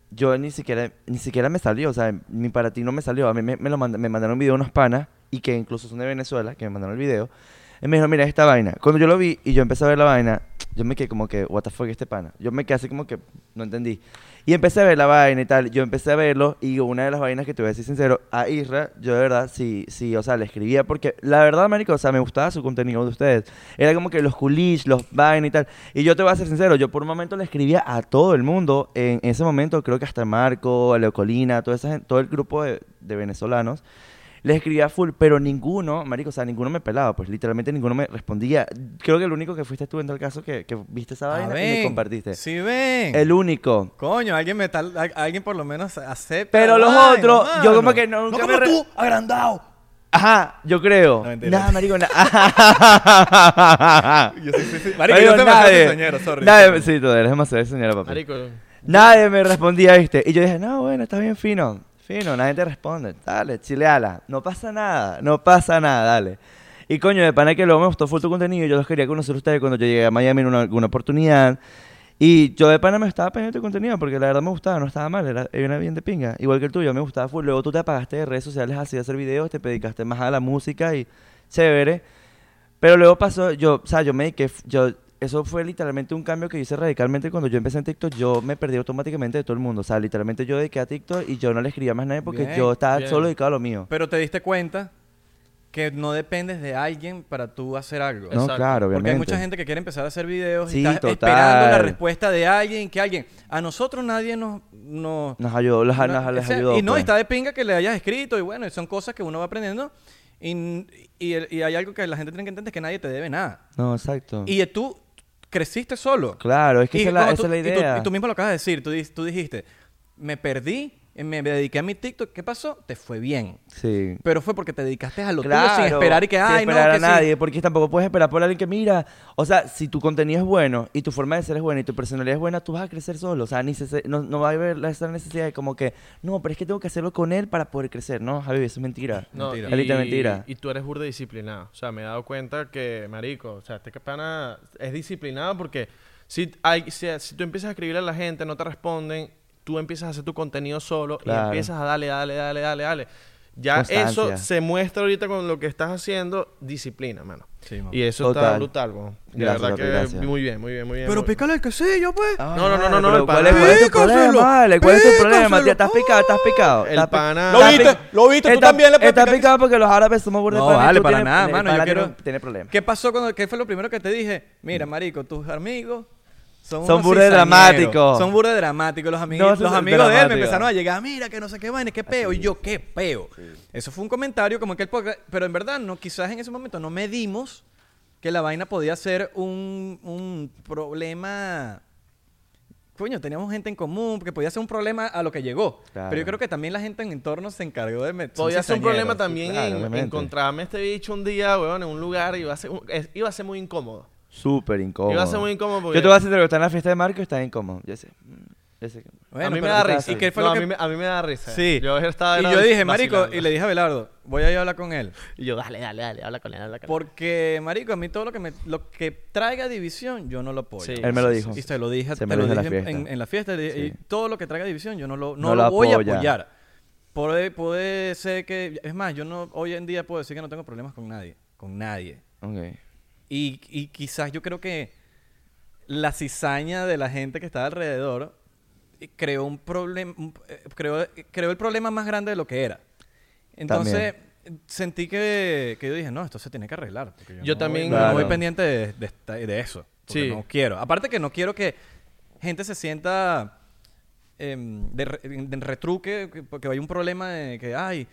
[SPEAKER 1] yo ni siquiera, ni siquiera me salió, o sea, ni para ti no me salió. A mí me, me lo mand- me mandaron un video unos panas, y que incluso son de Venezuela, que me mandaron el video. Y me dijeron, mira, esta vaina. Cuando yo lo vi y yo empecé a ver la vaina, yo me quedé como que, what the fuck, este pana. Yo me quedé así como que, no entendí. Y empecé a ver la vaina y tal. Yo empecé a verlo y una de las vainas que te voy a decir sincero, a Isra, yo de verdad, sí, sí, o sea, le escribía porque la verdad, marico, o sea, me gustaba su contenido de ustedes. Era como que los culiches, los vainas y tal. Y yo te voy a ser sincero, yo por un momento le escribía a todo el mundo. En ese momento creo que hasta Marco, a Leo Colina, toda esa gen- todo el grupo de, de venezolanos. Le escribía full, pero ninguno, marico, o sea, ninguno me pelaba, pues literalmente ninguno me respondía. Creo que el único que fuiste tú en tal caso que, que viste esa
[SPEAKER 2] Ah,
[SPEAKER 1] vaina y me
[SPEAKER 2] ven.
[SPEAKER 1] compartiste. Eh,
[SPEAKER 2] Sí, ven.
[SPEAKER 1] El único.
[SPEAKER 2] Coño, alguien me tal, al- alguien por lo menos acepta.
[SPEAKER 1] Pero
[SPEAKER 2] la
[SPEAKER 1] los
[SPEAKER 2] vaina,
[SPEAKER 1] otros, yo
[SPEAKER 2] mano.
[SPEAKER 1] como que no, nunca
[SPEAKER 2] no
[SPEAKER 1] me
[SPEAKER 2] como
[SPEAKER 1] re-
[SPEAKER 2] tú, agrandado.
[SPEAKER 1] Ajá, yo creo.
[SPEAKER 2] No, mentira.
[SPEAKER 1] nada, marico, nada.
[SPEAKER 2] Yo sí, sí, sí. Marico, yo soy demasiado cizañero, sorry.
[SPEAKER 1] Nadie, sí, tú eres demasiado diseñero, papi.
[SPEAKER 3] Marico.
[SPEAKER 1] Nadie me respondía, ¿viste? Y yo dije, no, bueno, está bien fino, fino, nadie te responde. Dale, chileala, no pasa nada, no pasa nada, dale. Y coño, de pana que luego me gustó full tu contenido, yo los quería conocer a ustedes cuando yo llegué a Miami en una, alguna oportunidad. Y yo de pana me estaba pendiente de contenido porque la verdad me gustaba, no estaba mal, era, era bien de pinga. Igual que el tuyo, me gustaba full. Luego tú te apagaste de redes sociales así de hacer videos, te dedicaste más a la música y chévere. Pero luego pasó, yo, o sea, yo me dediqué, yo, eso fue literalmente un cambio que hice radicalmente cuando yo empecé en TikTok, yo me perdí automáticamente de todo el mundo, o sea, literalmente yo dediqué a TikTok y yo no le escribía más a nadie porque
[SPEAKER 2] Bien,
[SPEAKER 1] yo estaba
[SPEAKER 3] bien.
[SPEAKER 1] solo dedicado a lo mío.
[SPEAKER 2] Pero te diste cuenta que no dependes de alguien para tú hacer algo.
[SPEAKER 1] No,
[SPEAKER 3] Exacto.
[SPEAKER 1] claro,
[SPEAKER 2] Porque
[SPEAKER 1] obviamente.
[SPEAKER 2] hay mucha gente que quiere empezar a hacer videos
[SPEAKER 1] Sí,
[SPEAKER 2] y está
[SPEAKER 1] total.
[SPEAKER 2] esperando la respuesta de alguien, que alguien... A nosotros nadie nos... nos
[SPEAKER 1] Nos ayudó, las,
[SPEAKER 2] no,
[SPEAKER 1] nos- les
[SPEAKER 2] ese-
[SPEAKER 1] ayudó.
[SPEAKER 2] y no,
[SPEAKER 1] pues.
[SPEAKER 2] está de pinga que le hayas escrito y bueno, y son cosas que uno va aprendiendo y, y, el- y hay algo que la gente tiene que entender que nadie te debe nada.
[SPEAKER 1] No, exacto.
[SPEAKER 2] Y tú creciste solo.
[SPEAKER 1] Claro, es que
[SPEAKER 2] Y
[SPEAKER 1] esa es la,
[SPEAKER 2] como
[SPEAKER 1] esa
[SPEAKER 2] tú-
[SPEAKER 1] es la
[SPEAKER 2] y tú-
[SPEAKER 1] idea.
[SPEAKER 2] Y tú, mismo lo acabas de decir, tú, di- tú dijiste, me perdí, eh, me dediqué a mi TikTok, ¿qué pasó? Te fue bien.
[SPEAKER 1] Sí.
[SPEAKER 2] Pero fue porque te dedicaste a lo tuyo
[SPEAKER 1] Claro,
[SPEAKER 2] sin esperar y que,
[SPEAKER 1] sin
[SPEAKER 2] ay,
[SPEAKER 1] esperar
[SPEAKER 2] no,
[SPEAKER 1] a
[SPEAKER 2] que sí".
[SPEAKER 1] nadie, porque tampoco puedes esperar por alguien que mira. O sea, si tu contenido es bueno y tu forma de ser es buena y tu personalidad es buena, tú vas a crecer solo. O sea, ni se- no, no va a haber esa necesidad de como que, no, pero es que tengo que hacerlo con él para poder crecer. No, Javi, eso es mentira.
[SPEAKER 3] No,
[SPEAKER 2] Mentira.
[SPEAKER 3] y-
[SPEAKER 1] Ahorita mentira.
[SPEAKER 3] Y tú eres burda disciplinado. O sea, me he dado cuenta que, marico, o sea, este pana es disciplinado porque si, hay, si, si tú empiezas a escribir a la gente, no te responden, tú empiezas a hacer tu contenido solo
[SPEAKER 1] Claro.
[SPEAKER 3] y empiezas a darle, dale, dale, dale, dale. Ya
[SPEAKER 1] Constancia.
[SPEAKER 3] eso se muestra ahorita con lo que estás haciendo, disciplina, mano.
[SPEAKER 2] Sí, mamá.
[SPEAKER 3] y eso
[SPEAKER 1] Total.
[SPEAKER 3] está brutal, weón. De
[SPEAKER 1] Gracias,
[SPEAKER 3] verdad
[SPEAKER 1] papi,
[SPEAKER 3] que
[SPEAKER 1] gracias.
[SPEAKER 3] muy bien, muy bien, muy bien.
[SPEAKER 2] Pero
[SPEAKER 3] muy-
[SPEAKER 2] pícale el quesillo, pues.
[SPEAKER 1] Ay,
[SPEAKER 3] no, no, no,
[SPEAKER 1] Ah, madre,
[SPEAKER 3] no,
[SPEAKER 1] pero
[SPEAKER 3] el
[SPEAKER 1] ¿Cuál
[SPEAKER 3] pana-
[SPEAKER 1] es, cuál es tu
[SPEAKER 2] Pícaselo,
[SPEAKER 1] problema? vale? ¿Cuál es tu problema?
[SPEAKER 2] pícaselo,
[SPEAKER 1] Tía, estás picado, estás picado.
[SPEAKER 3] El
[SPEAKER 1] Estás pi-
[SPEAKER 3] pana-
[SPEAKER 2] Lo
[SPEAKER 1] estás
[SPEAKER 2] viste,
[SPEAKER 1] pi-
[SPEAKER 2] lo viste, tú
[SPEAKER 1] estás-
[SPEAKER 2] también le
[SPEAKER 1] Estás
[SPEAKER 2] practicas-
[SPEAKER 1] picado porque los árabes somos burda
[SPEAKER 2] No,
[SPEAKER 1] pana y
[SPEAKER 2] vale,
[SPEAKER 1] tú
[SPEAKER 2] para
[SPEAKER 1] tienes-
[SPEAKER 2] nada,
[SPEAKER 1] el
[SPEAKER 2] mano,
[SPEAKER 1] pana
[SPEAKER 2] yo
[SPEAKER 1] tiene-
[SPEAKER 2] quiero-
[SPEAKER 1] Tiene problemas.
[SPEAKER 2] ¿Qué pasó cuando, qué fue lo primero que te dije? Mira, marico, tus amigos son,
[SPEAKER 1] Son
[SPEAKER 2] unos
[SPEAKER 1] burda de
[SPEAKER 2] cizañeros,
[SPEAKER 1] dramáticos.
[SPEAKER 2] Son burda de dramáticos. Los, amigos-
[SPEAKER 1] No, eso
[SPEAKER 2] los
[SPEAKER 1] es
[SPEAKER 2] amigos de él me
[SPEAKER 1] dramático.
[SPEAKER 2] empezaron a llegar, mira, que no sé qué vaina, qué peo. Y yo, qué peo. Eso fue un comentario como que el podcast, pero en verdad, no, quizás en ese momento no medimos que la vaina podía ser un, un problema... Coño, teníamos gente en común, que podía ser un problema a lo que llegó.
[SPEAKER 1] Claro.
[SPEAKER 2] Pero yo creo que también la gente en entorno se encargó de meter.
[SPEAKER 3] Podía ser un problema
[SPEAKER 2] pues.
[SPEAKER 3] también
[SPEAKER 1] claro,
[SPEAKER 3] en-
[SPEAKER 1] obviamente.
[SPEAKER 3] encontrarme a este bicho un día, weón, en un lugar, iba a ser, un- es- iba a ser muy incómodo.
[SPEAKER 1] Súper incómodo.
[SPEAKER 3] Iba a ser muy incómodo porque-
[SPEAKER 1] Yo te voy a decir que está en la fiesta de Marco y está incómodo. Ya sé. Mm, ya sé. que-
[SPEAKER 2] Bueno,
[SPEAKER 3] a mí me
[SPEAKER 2] pero
[SPEAKER 3] da
[SPEAKER 2] quizás-
[SPEAKER 3] risa.
[SPEAKER 2] ¿Y qué fue
[SPEAKER 3] No,
[SPEAKER 2] lo
[SPEAKER 3] a,
[SPEAKER 2] que
[SPEAKER 3] mí, me- a mí me da risa.
[SPEAKER 2] Sí.
[SPEAKER 3] Yo estaba
[SPEAKER 2] y
[SPEAKER 3] era
[SPEAKER 2] yo dije, marico,
[SPEAKER 3] vacilando.
[SPEAKER 2] y le dije a Belardo, voy a ir a hablar con él.
[SPEAKER 3] Y yo, dale, dale, dale, habla con él, habla con él.
[SPEAKER 2] Porque, marico, a mí todo lo que me, lo que traiga división, yo no lo apoyo.
[SPEAKER 3] Sí.
[SPEAKER 1] Él me lo dijo.
[SPEAKER 2] Y se lo dije,
[SPEAKER 1] Se
[SPEAKER 2] te
[SPEAKER 1] me
[SPEAKER 2] lo
[SPEAKER 1] lo dijo en
[SPEAKER 2] dije
[SPEAKER 1] la
[SPEAKER 2] en,
[SPEAKER 1] fiesta.
[SPEAKER 2] en la fiesta. le- Y
[SPEAKER 1] Sí.
[SPEAKER 2] todo lo que traiga división, yo no lo, no
[SPEAKER 1] No
[SPEAKER 2] lo
[SPEAKER 1] lo
[SPEAKER 2] voy
[SPEAKER 1] apoya.
[SPEAKER 2] a apoyar. Puede, puede ser que... Es más, yo no hoy en día puedo decir que no tengo problemas con nadie. Con nadie.
[SPEAKER 1] Ok.
[SPEAKER 2] Y, y quizás yo creo que la cizaña de la gente que estaba alrededor eh, creó un problema, un- eh, creó, eh, creó el problema más grande de lo que era. Entonces sentí que, que yo dije, no, esto se tiene que arreglar. porque
[SPEAKER 3] Yo
[SPEAKER 2] no
[SPEAKER 3] también-
[SPEAKER 2] voy- no
[SPEAKER 1] Claro.
[SPEAKER 2] voy pendiente de, de esta- de eso. Porque
[SPEAKER 3] Sí.
[SPEAKER 2] no quiero. Aparte que no quiero que gente se sienta em, de, re- de retruque, que- porque hay un problema de que, ay,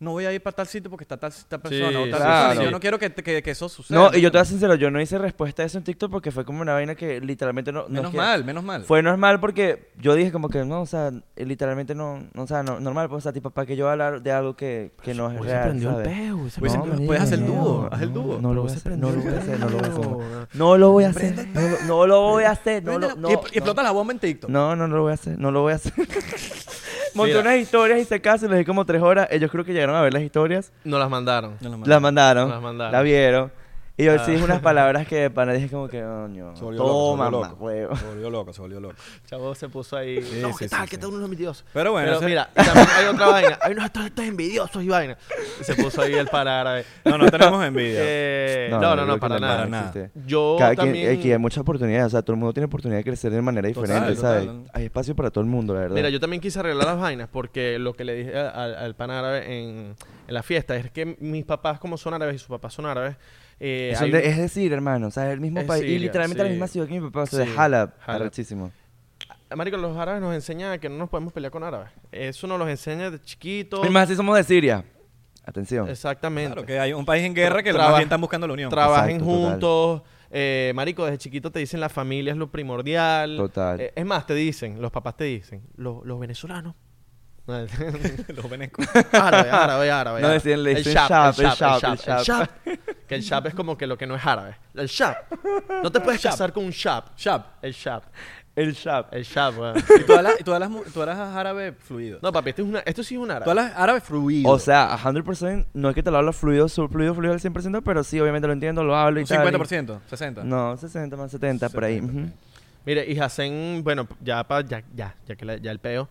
[SPEAKER 2] no voy a ir para tal sitio porque está tal, tal persona o tal
[SPEAKER 1] claro.
[SPEAKER 2] persona". Y Yo no quiero que, que- que eso suceda.
[SPEAKER 1] No, y yo te voy a
[SPEAKER 2] Menos
[SPEAKER 1] ser sincero, yo no hice respuesta a eso en TikTok porque fue como una vaina que literalmente no... no es que-
[SPEAKER 2] mal, menos mal.
[SPEAKER 1] Fue normal porque yo dije como que no, o sea, literalmente no, no, o sea, no, normal, pues, o sea, tipo, para que yo hablar de algo que,
[SPEAKER 2] Pues,
[SPEAKER 1] que no es
[SPEAKER 3] Hubiese
[SPEAKER 1] real,
[SPEAKER 3] prendido el
[SPEAKER 1] ¿sabes?
[SPEAKER 3] peo, hubiese
[SPEAKER 2] Hubiese-
[SPEAKER 1] No,
[SPEAKER 2] puedes hacer el
[SPEAKER 1] marico,
[SPEAKER 2] dúo,
[SPEAKER 1] no,
[SPEAKER 2] haz el dúo.
[SPEAKER 1] No
[SPEAKER 3] pero
[SPEAKER 1] lo voy a
[SPEAKER 3] hubiese
[SPEAKER 1] hacer, no lo voy a hacer, no lo voy a hacer.
[SPEAKER 3] prendido
[SPEAKER 1] No lo voy a hacer, no lo- no lo voy a hacer, no
[SPEAKER 2] Prende
[SPEAKER 1] lo...
[SPEAKER 2] la-
[SPEAKER 1] no,
[SPEAKER 2] y, y explota la bomba en TikTok.
[SPEAKER 1] No, no, no lo voy a hacer, no lo voy a hacer. Monté
[SPEAKER 3] Mira.
[SPEAKER 1] unas historias y se casan, les di como tres horas, ellos creo que llegaron a ver las historias.
[SPEAKER 3] Nos las mandaron.
[SPEAKER 2] No lo mando.
[SPEAKER 1] Las mandaron.
[SPEAKER 3] Las mandaron.
[SPEAKER 1] La vieron. Y yo
[SPEAKER 3] Ah.
[SPEAKER 1] sí dije unas palabras que para dije como que, coño,
[SPEAKER 2] Se volvió
[SPEAKER 1] toma,
[SPEAKER 2] loco, se volvió loco.
[SPEAKER 1] mamahuevo".
[SPEAKER 2] Se volvió loco, se volvió loco.
[SPEAKER 3] Chavo se puso ahí.
[SPEAKER 2] Sí,
[SPEAKER 3] no,
[SPEAKER 2] sí,
[SPEAKER 3] ¿qué
[SPEAKER 2] sí,
[SPEAKER 3] tal?
[SPEAKER 2] sí.
[SPEAKER 3] ¿Qué tal unos envidiosos?
[SPEAKER 2] Pero bueno,
[SPEAKER 3] Pero
[SPEAKER 2] ese-
[SPEAKER 3] mira, y también hay otra vaina. Hay unos estos, estos envidiosos y vaina. Y se puso ahí el parar.
[SPEAKER 2] No, no tenemos envidia.
[SPEAKER 3] Eh, no, no, no,
[SPEAKER 1] creo que
[SPEAKER 3] para nada.
[SPEAKER 2] para nada.
[SPEAKER 1] existe.
[SPEAKER 3] Yo
[SPEAKER 1] Cada quien-
[SPEAKER 3] también.
[SPEAKER 1] aquí hay muchas oportunidades, o sea, todo el mundo tiene oportunidad de crecer de manera
[SPEAKER 2] Total,
[SPEAKER 1] diferente, ¿sabes?
[SPEAKER 2] total.
[SPEAKER 1] Hay espacio para todo el mundo, la verdad.
[SPEAKER 3] Mira, yo también quise arreglar las vainas porque lo que le dije a- al, al pan árabe en, en la fiesta es que mis papás, como son árabes y sus papás son árabes, eh,
[SPEAKER 1] Son
[SPEAKER 3] hay
[SPEAKER 1] de-
[SPEAKER 3] un-
[SPEAKER 1] es decir, hermano, o sea, es el mismo
[SPEAKER 3] Es
[SPEAKER 1] país y
[SPEAKER 3] Siria,
[SPEAKER 1] literalmente la
[SPEAKER 3] sí.
[SPEAKER 1] misma ciudad que mi papá, o sea, de
[SPEAKER 3] Sí,
[SPEAKER 1] Halab,
[SPEAKER 3] Halab.
[SPEAKER 1] arrechísimo.
[SPEAKER 3] Marico, los árabes nos enseñan que no nos podemos pelear con árabes. Eso nos los enseña de chiquitos.
[SPEAKER 1] Y más si somos de Siria. Atención.
[SPEAKER 3] Exactamente.
[SPEAKER 2] claro que hay un país en guerra que
[SPEAKER 3] Traba-
[SPEAKER 2] más bien están buscando la unión. pues.
[SPEAKER 3] Trabajen
[SPEAKER 1] Exacto, total.
[SPEAKER 3] juntos. Eh, marico, desde chiquito te dicen la familia es lo primordial.
[SPEAKER 1] Total.
[SPEAKER 3] Eh, es más, te dicen, los papás te dicen, "Lo- los venezolanos.
[SPEAKER 2] Los venezcos.
[SPEAKER 3] árabe, árabe, árabe.
[SPEAKER 1] No,
[SPEAKER 3] árabe.
[SPEAKER 1] decían, le
[SPEAKER 3] El
[SPEAKER 1] dicen
[SPEAKER 3] shab,
[SPEAKER 1] shab,
[SPEAKER 3] el
[SPEAKER 1] el
[SPEAKER 3] shab,
[SPEAKER 1] shab,
[SPEAKER 3] el
[SPEAKER 1] el
[SPEAKER 3] shab, el shab. Que el shab es como que lo que no es árabe. El shab. No te puedes
[SPEAKER 2] Shab.
[SPEAKER 3] casar con un shab.
[SPEAKER 2] Chap.
[SPEAKER 3] El shab.
[SPEAKER 1] El Shab.
[SPEAKER 3] El shab, weón.
[SPEAKER 2] Y tú hablas, y tú hablas, mu- tú hablas árabe fluido.
[SPEAKER 3] No, papi, esto, es una, esto sí es un
[SPEAKER 2] Tú
[SPEAKER 3] árabe.
[SPEAKER 2] hablas árabe fluido.
[SPEAKER 1] O sea, 100%, no es que te lo hablo fluido, su- fluido, fluido al 100%, pero sí, obviamente lo entiendo, lo hablo y
[SPEAKER 2] un
[SPEAKER 1] tal, y-
[SPEAKER 2] 50%, 60%.
[SPEAKER 1] No, 60 más 70, por ahí. ujú.
[SPEAKER 3] Mire, y Hacen, bueno, ya, pa- ya, ya, ya que la- ya el peo,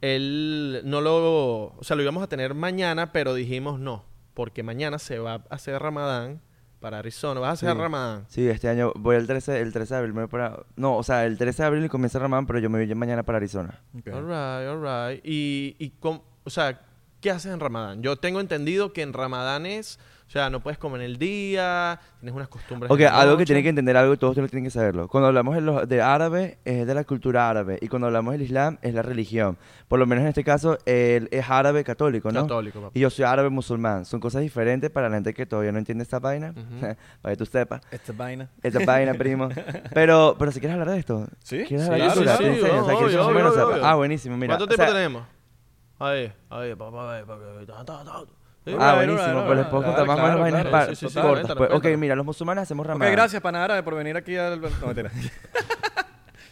[SPEAKER 3] él no lo, o sea, lo íbamos a tener mañana, pero dijimos no, porque mañana se va a hacer Ramadán para Arizona, vas a hacer
[SPEAKER 1] Sí.
[SPEAKER 3] Ramadán.
[SPEAKER 1] Sí, este año voy el 13, el 13 de abril, me voy para... No, o sea, el 13 de abril comienza Ramán, pero yo me voy mañana para Arizona.
[SPEAKER 2] Ok.
[SPEAKER 3] All right, all right. Y, y com- o sea, ¿qué haces en Ramadán? Yo tengo entendido que en Ramadán es, o O sea, no puedes comer en el día, tienes unas costumbres.
[SPEAKER 1] Ok,
[SPEAKER 3] en la
[SPEAKER 1] algo que
[SPEAKER 3] noche.
[SPEAKER 1] tienen que entender, algo que todos ustedes tienen que saberlo. Cuando hablamos de, los- de árabe, es de la cultura árabe. Y cuando hablamos del Islam, es la religión. Por lo menos en este caso, él es árabe católico, ¿no?
[SPEAKER 3] Católico, papá.
[SPEAKER 1] Y yo soy árabe musulmán. Son cosas diferentes para la gente que todavía no entiende esta vaina. para que tú sepas.
[SPEAKER 2] Esta vaina.
[SPEAKER 1] Esta vaina, primo. Pero, pero si quieres hablar de esto.
[SPEAKER 2] Sí,
[SPEAKER 1] ¿Quieres
[SPEAKER 2] sí,
[SPEAKER 1] hablar de
[SPEAKER 2] claro,
[SPEAKER 1] Zulati,
[SPEAKER 2] sí,
[SPEAKER 1] en serio? O sea, que yo
[SPEAKER 3] obvio,
[SPEAKER 1] soy
[SPEAKER 3] obvio,
[SPEAKER 1] bueno, o sea,
[SPEAKER 3] obvio.
[SPEAKER 1] Ah, buenísimo, mira.
[SPEAKER 3] ¿Cuánto
[SPEAKER 1] o
[SPEAKER 3] tiempo
[SPEAKER 1] sea,
[SPEAKER 3] tenemos? Ahí, ahí, papá, ahí, papá. ahí, ta, ta, ta. Sí,
[SPEAKER 1] Ah,
[SPEAKER 2] Claro,
[SPEAKER 1] buenísimo.
[SPEAKER 2] claro,
[SPEAKER 1] Pues les puedo
[SPEAKER 2] claro,
[SPEAKER 1] contar más o menos
[SPEAKER 2] claro,
[SPEAKER 1] vainas
[SPEAKER 2] claro,
[SPEAKER 1] par-
[SPEAKER 2] sí, sí, sí,
[SPEAKER 1] cortas,
[SPEAKER 3] cuéntanos,
[SPEAKER 1] pues. Ok,
[SPEAKER 3] cuéntanos.
[SPEAKER 1] mira, los musulmanes hacemos
[SPEAKER 2] Ok,
[SPEAKER 1] ramadas.
[SPEAKER 2] gracias, Panara, por venir aquí al... No, mentira.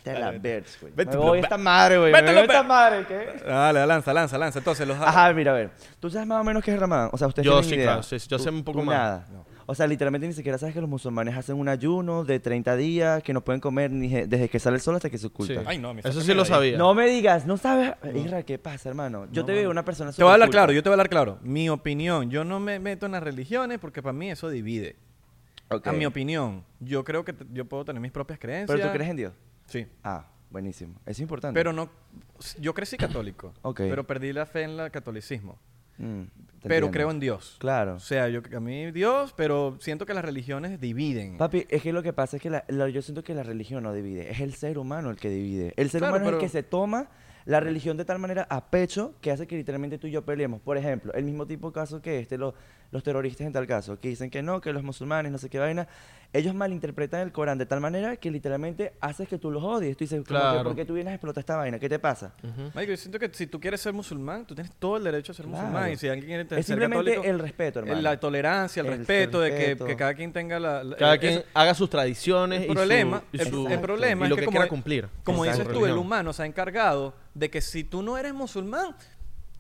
[SPEAKER 1] Te la vergas, güey.
[SPEAKER 2] Vete
[SPEAKER 1] Me
[SPEAKER 2] tú,
[SPEAKER 1] voy
[SPEAKER 2] ve-
[SPEAKER 1] esta madre, güey. Me
[SPEAKER 2] vete tú,
[SPEAKER 1] voy esta
[SPEAKER 2] ve-
[SPEAKER 1] madre, ¿qué?
[SPEAKER 2] Dale, lanza, lanza, lanza. Entonces, los...
[SPEAKER 1] Ajá, mira, a ver. ¿Tú sabes más o menos qué es Ramadán? O sea, ustedes
[SPEAKER 3] Yo
[SPEAKER 1] tienen
[SPEAKER 3] sí,
[SPEAKER 1] idea.
[SPEAKER 3] claro, sí, sí, yo
[SPEAKER 1] Tú-
[SPEAKER 3] sé un poco
[SPEAKER 1] tú
[SPEAKER 3] más.
[SPEAKER 1] Nada. O sea, literalmente ni siquiera sabes que los musulmanes hacen un ayuno de 30 días que no pueden comer ni je- desde que sale el sol hasta que se
[SPEAKER 3] Sí.
[SPEAKER 1] oculta.
[SPEAKER 2] Ay, no, me
[SPEAKER 3] Eso
[SPEAKER 2] saca
[SPEAKER 3] sí lo
[SPEAKER 2] mierda ahí.
[SPEAKER 3] sabía.
[SPEAKER 1] No me digas, no sabes. Isra, ¿qué pasa, hermano? Yo te veo una persona
[SPEAKER 2] Te voy a hablar
[SPEAKER 1] superculta.
[SPEAKER 2] claro, yo te voy a hablar claro. Mi opinión, yo no me meto en las religiones porque para mí eso divide.
[SPEAKER 1] Ok.
[SPEAKER 2] A mi opinión, yo creo que t- yo puedo tener mis propias creencias.
[SPEAKER 1] Pero tú crees en Dios.
[SPEAKER 2] Sí.
[SPEAKER 1] Ah, buenísimo. Eso es importante.
[SPEAKER 2] Pero no, yo crecí católico.
[SPEAKER 1] Ok.
[SPEAKER 2] Pero perdí la fe en el catolicismo.
[SPEAKER 1] Mm, te
[SPEAKER 2] Pero
[SPEAKER 1] entiendo.
[SPEAKER 2] creo en Dios.
[SPEAKER 1] Claro.
[SPEAKER 2] O sea, yo a mí Dios, pero siento que las religiones dividen.
[SPEAKER 1] Papi, es que lo que pasa es que la- la- yo siento que la religión no divide, es el ser humano el que divide. El ser
[SPEAKER 2] Claro,
[SPEAKER 1] humano
[SPEAKER 2] pero-
[SPEAKER 1] es el que se toma la religión de tal manera a pecho que hace que literalmente tú y yo peleemos. Por ejemplo, el mismo tipo de caso que este, lo- los terroristas en tal caso, que dicen que no, que los musulmanes, no sé qué vaina, ellos malinterpretan el Corán de tal manera que literalmente haces que tú los odies. Tú dices, como que,
[SPEAKER 3] Claro.
[SPEAKER 1] ¿por qué tú vienes a explotar esta vaina? ¿Qué te pasa?
[SPEAKER 2] Marico, yo siento que si tú quieres ser musulmán, tú tienes todo el derecho a ser
[SPEAKER 1] Claro.
[SPEAKER 2] musulmán. Y si alguien quiere ser
[SPEAKER 1] Es simplemente
[SPEAKER 2] católico,
[SPEAKER 1] el respeto, hermano.
[SPEAKER 2] La tolerancia, el,
[SPEAKER 1] El
[SPEAKER 2] respeto, de que-
[SPEAKER 1] respeto.
[SPEAKER 2] que, cada quien tenga la... la-
[SPEAKER 3] Cada
[SPEAKER 2] el-
[SPEAKER 3] quien
[SPEAKER 2] esa-
[SPEAKER 3] haga sus tradiciones
[SPEAKER 2] El
[SPEAKER 3] y su-
[SPEAKER 2] problema,
[SPEAKER 3] y
[SPEAKER 2] el-
[SPEAKER 3] su-
[SPEAKER 2] el, problema
[SPEAKER 3] y
[SPEAKER 2] es
[SPEAKER 3] lo
[SPEAKER 2] que,
[SPEAKER 3] que,
[SPEAKER 2] como,
[SPEAKER 3] quiera cumplir.
[SPEAKER 2] como
[SPEAKER 1] Exacto.
[SPEAKER 2] dices tú, el
[SPEAKER 3] Religión.
[SPEAKER 2] humano se ha encargado de que si tú no eres musulmán,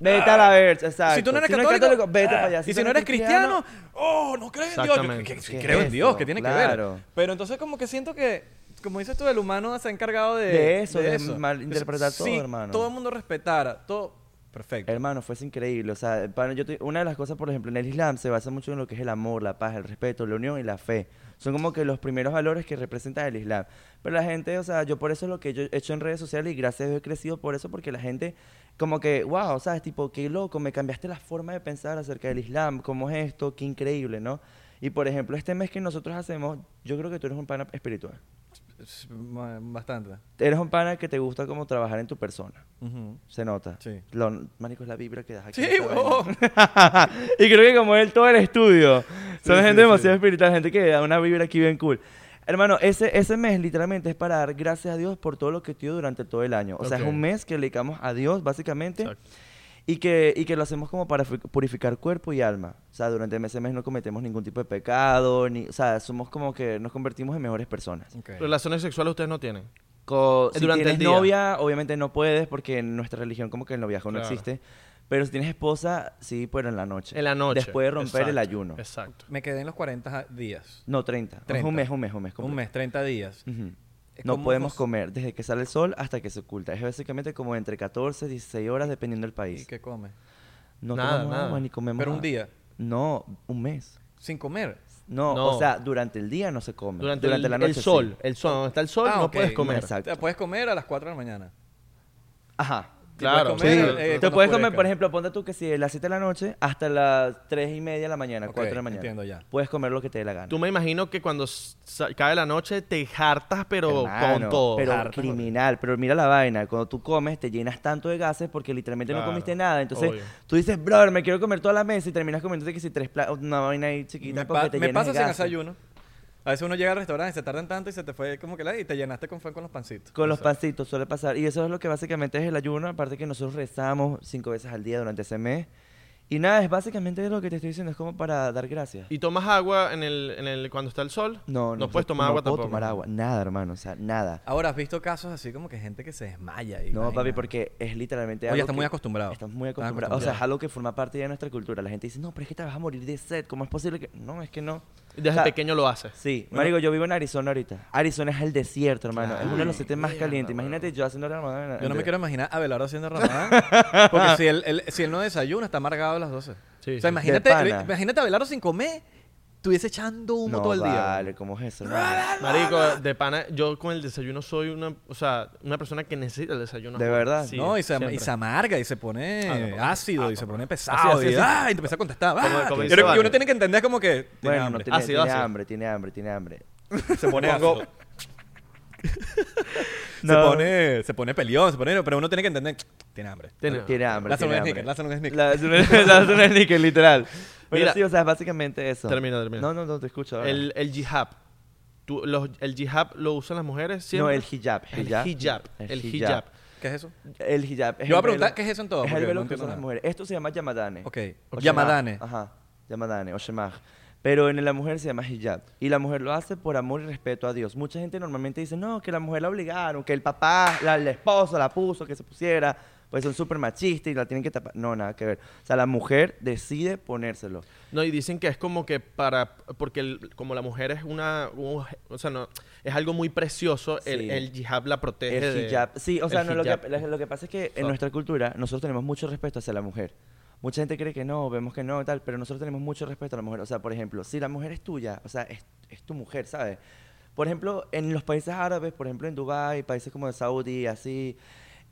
[SPEAKER 1] Vete a la verga, exacto.
[SPEAKER 2] Ah. si tú no eres católico,
[SPEAKER 1] vete
[SPEAKER 2] ah,
[SPEAKER 1] para allá.
[SPEAKER 2] y si no eres cristiano, oh, no crees en Dios. Yo,
[SPEAKER 3] Exactamente.
[SPEAKER 2] que-
[SPEAKER 1] ¿Qué
[SPEAKER 2] que- creo
[SPEAKER 1] es
[SPEAKER 2] en Dios,
[SPEAKER 1] eso?
[SPEAKER 2] que tiene que
[SPEAKER 1] Claro.
[SPEAKER 2] ver. Pero entonces como que siento que, como dices tú, el humano se ha encargado de,
[SPEAKER 1] De eso, de malinterpretar todo,
[SPEAKER 2] si
[SPEAKER 1] hermano.
[SPEAKER 2] todo el mundo respetara, todo, perfecto.
[SPEAKER 1] Hermano, fuese increíble. O sea, para- yo te- una de las cosas, por ejemplo, en el Islam se basa mucho en lo que es el amor, la paz, el respeto, la unión y la fe. Son como que los primeros valores que representa el Islam. Pero la gente, o sea, yo por eso es lo que yo he hecho en redes sociales y gracias a Dios he crecido por eso, porque la gente, como que, wow, ¿sabes? Tipo, qué loco, me cambiaste la forma de pensar acerca del Islam, cómo es esto, qué increíble, ¿no? Y por ejemplo, este mes que nosotros hacemos, yo creo que tú eres un pana espiritual.
[SPEAKER 2] Es ma- Bastante.
[SPEAKER 1] Eres un pana que te gusta como trabajar en tu persona.
[SPEAKER 2] Ujú.
[SPEAKER 1] Se nota.
[SPEAKER 2] Sí.
[SPEAKER 1] Lo, marico, es la vibra que das aquí.
[SPEAKER 2] Sí,
[SPEAKER 1] en esta
[SPEAKER 2] huevón.
[SPEAKER 1] vaina. y creo que como él, todo el estudio. Son
[SPEAKER 2] Sí, sí,
[SPEAKER 1] gente
[SPEAKER 2] sí.
[SPEAKER 1] demasiado espiritual, gente que da una vibra aquí bien cool. Hermano, ese, ese mes literalmente es para dar gracias a Dios por todo lo que estudió durante todo el año. O sea, es
[SPEAKER 3] Ok.
[SPEAKER 1] un mes que le dedicamos a Dios, básicamente.
[SPEAKER 3] Exacto.
[SPEAKER 1] Y que, y que lo hacemos como para fu- purificar cuerpo y alma. O sea, durante ese mes no cometemos ningún tipo de pecado, ni, o sea, somos como que nos convertimos en mejores personas.
[SPEAKER 2] Ok.
[SPEAKER 3] Relaciones sexuales ustedes no tienen.
[SPEAKER 1] Co-
[SPEAKER 3] Eh,
[SPEAKER 1] si
[SPEAKER 3] durante
[SPEAKER 1] tienes
[SPEAKER 3] el día.
[SPEAKER 1] novia, obviamente no puedes porque en nuestra religión como que el noviazgo no
[SPEAKER 3] Claro.
[SPEAKER 1] existe. Pero si tienes esposa, sí, pero en la noche.
[SPEAKER 3] En la noche.
[SPEAKER 1] Después de romper el
[SPEAKER 3] Exacto,
[SPEAKER 1] ayuno.
[SPEAKER 3] Exacto.
[SPEAKER 2] Me quedé en los 40 días.
[SPEAKER 1] No, 30. Es
[SPEAKER 2] 30.
[SPEAKER 1] un mes, un mes, un mes.
[SPEAKER 2] Un
[SPEAKER 1] completo.
[SPEAKER 2] mes, 30 días.
[SPEAKER 1] Ujú.
[SPEAKER 2] Es
[SPEAKER 1] No
[SPEAKER 2] como
[SPEAKER 1] podemos
[SPEAKER 2] nos-
[SPEAKER 1] comer desde que sale el sol hasta que se oculta. Es básicamente como entre 14 y 16 horas dependiendo del
[SPEAKER 2] ¿Y
[SPEAKER 1] país.
[SPEAKER 2] qué come?
[SPEAKER 1] No
[SPEAKER 3] Nada,
[SPEAKER 1] tomamos
[SPEAKER 3] nada.
[SPEAKER 1] agua ni comemos
[SPEAKER 2] Pero un
[SPEAKER 1] nada.
[SPEAKER 2] día.
[SPEAKER 1] No, un mes.
[SPEAKER 2] Sin comer.
[SPEAKER 1] No,
[SPEAKER 3] No.
[SPEAKER 1] o sea, durante el día no se come.
[SPEAKER 3] Durante, el,
[SPEAKER 1] la
[SPEAKER 3] el
[SPEAKER 1] noche sí.
[SPEAKER 3] sol. El sol. Donde está el sol
[SPEAKER 2] Ah,
[SPEAKER 3] no
[SPEAKER 2] ok,
[SPEAKER 3] puedes comer.
[SPEAKER 1] exacto.
[SPEAKER 2] O sea, puedes comer a las 4 de la mañana.
[SPEAKER 1] Ajá.
[SPEAKER 3] Claro.
[SPEAKER 2] puedes
[SPEAKER 1] Sí,
[SPEAKER 2] comer,
[SPEAKER 3] sí.
[SPEAKER 2] eh,
[SPEAKER 1] te
[SPEAKER 2] con
[SPEAKER 1] puedes
[SPEAKER 2] oscurezca.
[SPEAKER 1] comer, por ejemplo, ponte tú que si de las 7 de la noche hasta las 3 y media de la mañana,
[SPEAKER 2] Ok,
[SPEAKER 1] 4 de la mañana.
[SPEAKER 2] entiendo ya.
[SPEAKER 1] Puedes comer lo que te dé la gana.
[SPEAKER 3] Tú me imagino que cuando sa- cae la noche te jartas, pero
[SPEAKER 1] Hermano,
[SPEAKER 3] con todo.
[SPEAKER 1] Pero
[SPEAKER 2] Harto.
[SPEAKER 1] criminal, pero mira la vaina, cuando tú comes te llenas tanto de gases porque literalmente
[SPEAKER 3] Claro,
[SPEAKER 1] no comiste nada, entonces
[SPEAKER 3] obvio.
[SPEAKER 1] tú dices, brother, me quiero comer toda la mesa y terminas comiéndote que si tres pla- una vaina ahí chiquita
[SPEAKER 2] Me,
[SPEAKER 1] porque
[SPEAKER 2] pa-
[SPEAKER 1] te
[SPEAKER 2] me
[SPEAKER 1] llenas
[SPEAKER 2] pasa
[SPEAKER 1] de
[SPEAKER 2] sin
[SPEAKER 1] gases.
[SPEAKER 2] desayuno. A veces uno llega al restaurante, se tardan tanto y se te fue como que la... Y te llenaste con fue con los pancitos.
[SPEAKER 1] Con los pancitos suele pasar. Y eso es lo que básicamente es el ayuno. Aparte que nosotros rezamos cinco veces al día durante ese mes. Y nada, es básicamente lo que te estoy diciendo. Es como para dar gracias.
[SPEAKER 3] ¿Y tomas agua en el, en el, cuando está el sol?
[SPEAKER 1] No, no,
[SPEAKER 3] puedes tomar
[SPEAKER 1] no
[SPEAKER 3] agua
[SPEAKER 1] puedo
[SPEAKER 3] tampoco.
[SPEAKER 1] tomar agua, nada, hermano, o sea, nada.
[SPEAKER 2] Ahora, ¿has visto casos así como que gente que se desmaya? Y
[SPEAKER 1] No,
[SPEAKER 2] vaina?
[SPEAKER 1] papi, porque es literalmente
[SPEAKER 2] Oye,
[SPEAKER 1] algo
[SPEAKER 2] está
[SPEAKER 1] que-
[SPEAKER 2] muy acostumbrado.
[SPEAKER 1] Estás muy
[SPEAKER 2] Está
[SPEAKER 1] acostumbrado. O sea, es
[SPEAKER 2] acostumbrado.
[SPEAKER 1] algo que forma parte de nuestra cultura. La gente dice, no, pero es que te vas a morir de sed. ¿Cómo es posible que...? No, es que no.
[SPEAKER 3] Desde
[SPEAKER 1] O sea,
[SPEAKER 3] pequeño lo haces.
[SPEAKER 1] Sí. Marico, yo vivo en Arizona ahorita. Arizona es el desierto, hermano. es uno de los siete más calientes. Imagínate yo haciendo la ramadana.
[SPEAKER 2] Yo no me quiero imaginar a Velardo haciendo ramadán. porque si él, él- si él no desayuna, está amargado a las 12.
[SPEAKER 3] Sí,
[SPEAKER 2] o sea,
[SPEAKER 3] sí.
[SPEAKER 2] imagínate,
[SPEAKER 1] De pana.
[SPEAKER 2] imagínate a Velardo sin comer. Tú estuviese echando humo
[SPEAKER 1] no,
[SPEAKER 2] todo el día.
[SPEAKER 1] vale, ¿cómo es eso? hermano?
[SPEAKER 3] Marico,
[SPEAKER 1] Ah,
[SPEAKER 3] de pana, yo con el desayuno soy una, o sea, una persona que necesita el desayuno.
[SPEAKER 1] ¿De verdad?
[SPEAKER 3] Sí,
[SPEAKER 2] no, y se,
[SPEAKER 3] siempre.
[SPEAKER 2] y se amarga y se pone
[SPEAKER 3] Ah, no,
[SPEAKER 2] ácido y se pone pesado.
[SPEAKER 3] Así,
[SPEAKER 2] y,
[SPEAKER 3] así, así.
[SPEAKER 2] ¡ah! y te empieza a contestar. ¡ah!
[SPEAKER 3] Como- como
[SPEAKER 2] Yo
[SPEAKER 3] dice
[SPEAKER 2] creo que
[SPEAKER 3] Vale.
[SPEAKER 2] uno tiene que entender como que tiene
[SPEAKER 1] Bueno, no
[SPEAKER 2] hambre.
[SPEAKER 1] tiene,
[SPEAKER 3] Ácido,
[SPEAKER 1] tiene
[SPEAKER 3] ácido.
[SPEAKER 1] hambre, tiene hambre, tiene hambre.
[SPEAKER 2] ah, se pone
[SPEAKER 3] Pongo-
[SPEAKER 2] ácido.
[SPEAKER 1] No.
[SPEAKER 2] Se pone, se pone peleón, se pone, pero uno tiene que entender, tiene hambre.
[SPEAKER 3] Tiene-
[SPEAKER 1] Tiene hambre.
[SPEAKER 2] Lázaro
[SPEAKER 1] tiene
[SPEAKER 2] un
[SPEAKER 1] hambre.
[SPEAKER 2] sneaker, lázaro un sneaker.
[SPEAKER 1] Lázaro un- lázaro un sneaker, literal. Pero
[SPEAKER 3] Mira.
[SPEAKER 1] sí, o sea, es básicamente eso.
[SPEAKER 3] Termina, termina.
[SPEAKER 1] No, no, no, te escucho ahora.
[SPEAKER 3] El, el hijab. Tú- los- el hijab lo usan las mujeres
[SPEAKER 1] no,
[SPEAKER 3] siempre.
[SPEAKER 1] el hijab.
[SPEAKER 3] El hijab. El, hijab.
[SPEAKER 2] ¿Qué es eso?
[SPEAKER 1] El hijab. es
[SPEAKER 2] Yo voy a
[SPEAKER 1] el
[SPEAKER 2] preguntar
[SPEAKER 1] velo-
[SPEAKER 2] qué es eso en todo,
[SPEAKER 1] Es
[SPEAKER 2] porque
[SPEAKER 1] el velo
[SPEAKER 2] no
[SPEAKER 1] que
[SPEAKER 2] entiendo
[SPEAKER 1] usan las
[SPEAKER 2] nada.
[SPEAKER 1] mujeres. Esto se llama yamadane.
[SPEAKER 2] Ok.
[SPEAKER 1] O
[SPEAKER 2] Yamadane.
[SPEAKER 1] shemaj. Ajá. Yamadane o shemaj. Pero en la mujer se llama hijab. Y la mujer lo hace por amor y respeto a Dios. Mucha gente normalmente dice, no, que la mujer la obligaron, que el papá, la, la esposa la puso, que se pusiera. Pues son súper machistas y la tienen que tapar. No, nada que ver. O sea, la mujer decide ponérselo.
[SPEAKER 3] No, y dicen que es como que para. Porque el- como la mujer es una. un- o sea, no. Es algo muy precioso, el,
[SPEAKER 1] Sí.
[SPEAKER 3] el hijab la protege.
[SPEAKER 1] El
[SPEAKER 3] de-
[SPEAKER 1] hijab. Sí, o sea,
[SPEAKER 3] el
[SPEAKER 1] no, lo,
[SPEAKER 3] hijab.
[SPEAKER 1] que, lo que pasa es que en
[SPEAKER 3] Fuck.
[SPEAKER 1] nuestra cultura nosotros tenemos mucho respeto hacia la mujer. Mucha gente cree que no, vemos que no, tal, pero nosotros tenemos mucho respeto a la mujer. O sea, por ejemplo, si la mujer es tuya, o sea, es, es tu mujer, ¿sabes? Por ejemplo, en los países árabes, por ejemplo, en Dubái, países como de Saudi, así,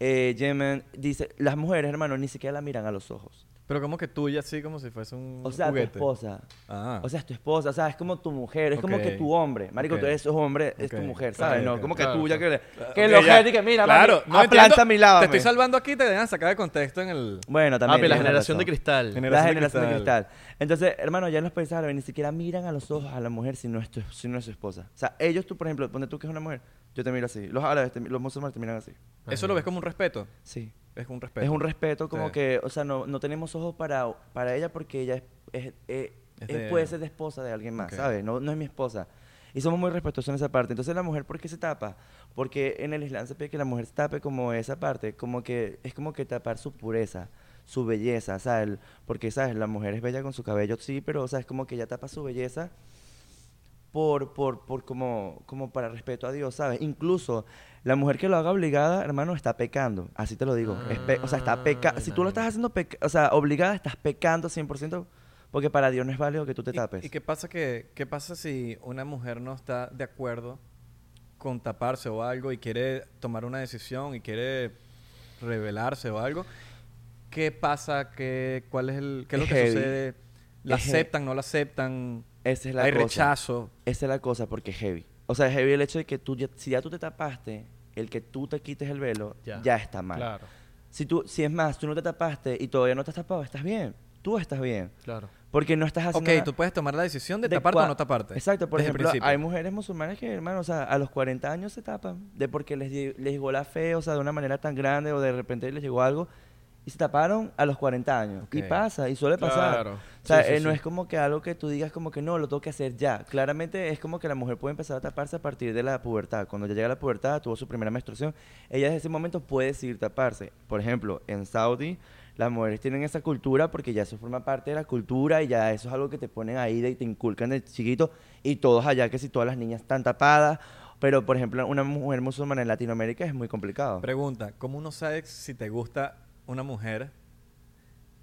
[SPEAKER 1] eh, Yemen, dice, las mujeres, hermano, ni siquiera la miran a los ojos.
[SPEAKER 2] Pero como que tuya así como si fuese un
[SPEAKER 1] O sea,
[SPEAKER 2] juguete.
[SPEAKER 1] tu esposa.
[SPEAKER 2] Ah.
[SPEAKER 1] O sea, es tu esposa, o sea, es como tu mujer, es como que
[SPEAKER 2] Ok.
[SPEAKER 1] tu hombre. Marico,
[SPEAKER 2] Ok.
[SPEAKER 1] tú eres tu hombre, es
[SPEAKER 2] Ok.
[SPEAKER 1] tu mujer,
[SPEAKER 2] Claro,
[SPEAKER 1] ¿sabes? no,
[SPEAKER 2] ok,
[SPEAKER 1] como
[SPEAKER 3] claro,
[SPEAKER 1] que tuya,
[SPEAKER 3] claro.
[SPEAKER 1] que, que
[SPEAKER 2] Ah, Ok,
[SPEAKER 1] lo
[SPEAKER 2] ya.
[SPEAKER 1] gente que mira,
[SPEAKER 2] claro,
[SPEAKER 1] mami, aplanta
[SPEAKER 2] entiendo.
[SPEAKER 1] a mi lado.
[SPEAKER 2] Te estoy
[SPEAKER 1] mami.
[SPEAKER 2] salvando aquí, te dejan sacar de contexto en el.
[SPEAKER 1] Bueno,
[SPEAKER 3] Ah,
[SPEAKER 1] también.
[SPEAKER 3] pero la
[SPEAKER 1] tienes
[SPEAKER 3] generación de
[SPEAKER 1] razón. La
[SPEAKER 2] Gener-
[SPEAKER 3] cristal.
[SPEAKER 2] Generación de
[SPEAKER 1] generación de
[SPEAKER 2] cristal.
[SPEAKER 1] cristal. Entonces, hermano, ya en los países árabes ni siquiera miran a los ojos a la mujer si no es, tu- si no es su esposa. O sea, ellos, tú, por ejemplo, ponte tú que es una mujer, yo te miro así. Los árabes, te mi- los musulmanes te miran así.
[SPEAKER 2] Eso lo ves como un respeto.
[SPEAKER 1] Sí.
[SPEAKER 2] Es un respeto.
[SPEAKER 1] Es un respeto como
[SPEAKER 2] Sí.
[SPEAKER 1] que, o sea, no, no tenemos ojos para, para ella porque ella es, es- eh,
[SPEAKER 2] Es
[SPEAKER 1] eh,
[SPEAKER 2] de-
[SPEAKER 1] puede ser de esposa de alguien más,
[SPEAKER 2] Ok.
[SPEAKER 1] ¿sabes? No, no es mi esposa. Y somos muy respetuosos en esa parte. Entonces, ¿la mujer por qué se tapa? Porque en el Islam se pide que la mujer se tape como esa parte, como que es como que tapar su pureza, su belleza, ¿sabes? Porque, ¿sabes? La mujer es bella con su cabello, sí, pero, o sea, es como que ella tapa su belleza por, por, por como, como para respeto a Dios, ¿sabes? Incluso la mujer que lo haga obligada, hermano, está pecando. Así te lo digo. Es pe- o sea, está
[SPEAKER 2] Ah,
[SPEAKER 1] pecando. Si tú lo estás haciendo, peca- o sea, obligada, estás pecando 100% porque para Dios no es válido que tú te
[SPEAKER 2] ¿Y-
[SPEAKER 1] tapes.
[SPEAKER 2] ¿Y, qué pasa que qué pasa si una mujer no está de acuerdo con taparse o algo y quiere tomar una decisión y quiere revelarse o algo? ¿Qué pasa? ¿Qué, cuál es el, qué es lo
[SPEAKER 1] Es
[SPEAKER 2] que
[SPEAKER 1] heavy.
[SPEAKER 2] sucede? ¿La
[SPEAKER 1] Es he-
[SPEAKER 2] aceptan? ¿No la aceptan?
[SPEAKER 1] Esa es la
[SPEAKER 2] ¿Hay
[SPEAKER 1] cosa.
[SPEAKER 2] rechazo?
[SPEAKER 1] Esa es la cosa porque es heavy. O sea, es heavy el hecho de que tú, ya- si ya tú te tapaste, el que tú te quites el velo
[SPEAKER 3] Ya.
[SPEAKER 1] ya, está mal.
[SPEAKER 3] Claro,
[SPEAKER 1] Si, tú, si es más, tú no te tapaste y todavía no te has tapado, estás bien. Tú estás bien.
[SPEAKER 3] claro.
[SPEAKER 1] Porque no estás haciendo
[SPEAKER 2] Ok,
[SPEAKER 1] nada-
[SPEAKER 2] tú puedes tomar la decisión de,
[SPEAKER 1] de
[SPEAKER 2] taparte o
[SPEAKER 1] cua-
[SPEAKER 2] no taparte.
[SPEAKER 1] Exacto, por
[SPEAKER 2] desde el
[SPEAKER 1] ejemplo,
[SPEAKER 2] principio.
[SPEAKER 1] hay mujeres musulmanas que, hermano, o sea, a los 40 años se tapan, de porque les, lle- les llegó la fe, o sea, de una manera tan grande, o de repente les llegó algo, y se taparon a los 40 años. Y
[SPEAKER 2] Ok.
[SPEAKER 1] pasa, y suele pasar.
[SPEAKER 3] Claro.
[SPEAKER 1] O sea,
[SPEAKER 3] Sí, sí,
[SPEAKER 1] eh, no
[SPEAKER 3] sí.
[SPEAKER 1] es como que algo que tú digas como que no, lo tengo que hacer ya. Claramente es como que la mujer puede empezar a taparse a partir de la pubertad. Cuando ya llega a la pubertad, tuvo su primera menstruación, ella desde ese momento puede decidir taparse. Por ejemplo, en Saudi, las mujeres tienen esa cultura porque ya eso forma parte de la cultura y ya eso es algo que te ponen ahí de- y te inculcan de chiquito. Y todos allá, que si todas las niñas están tapadas. Pero, por ejemplo, una mujer musulmana en Latinoamérica es muy complicado.
[SPEAKER 2] Pregunta, ¿cómo uno sabe si te gusta una mujer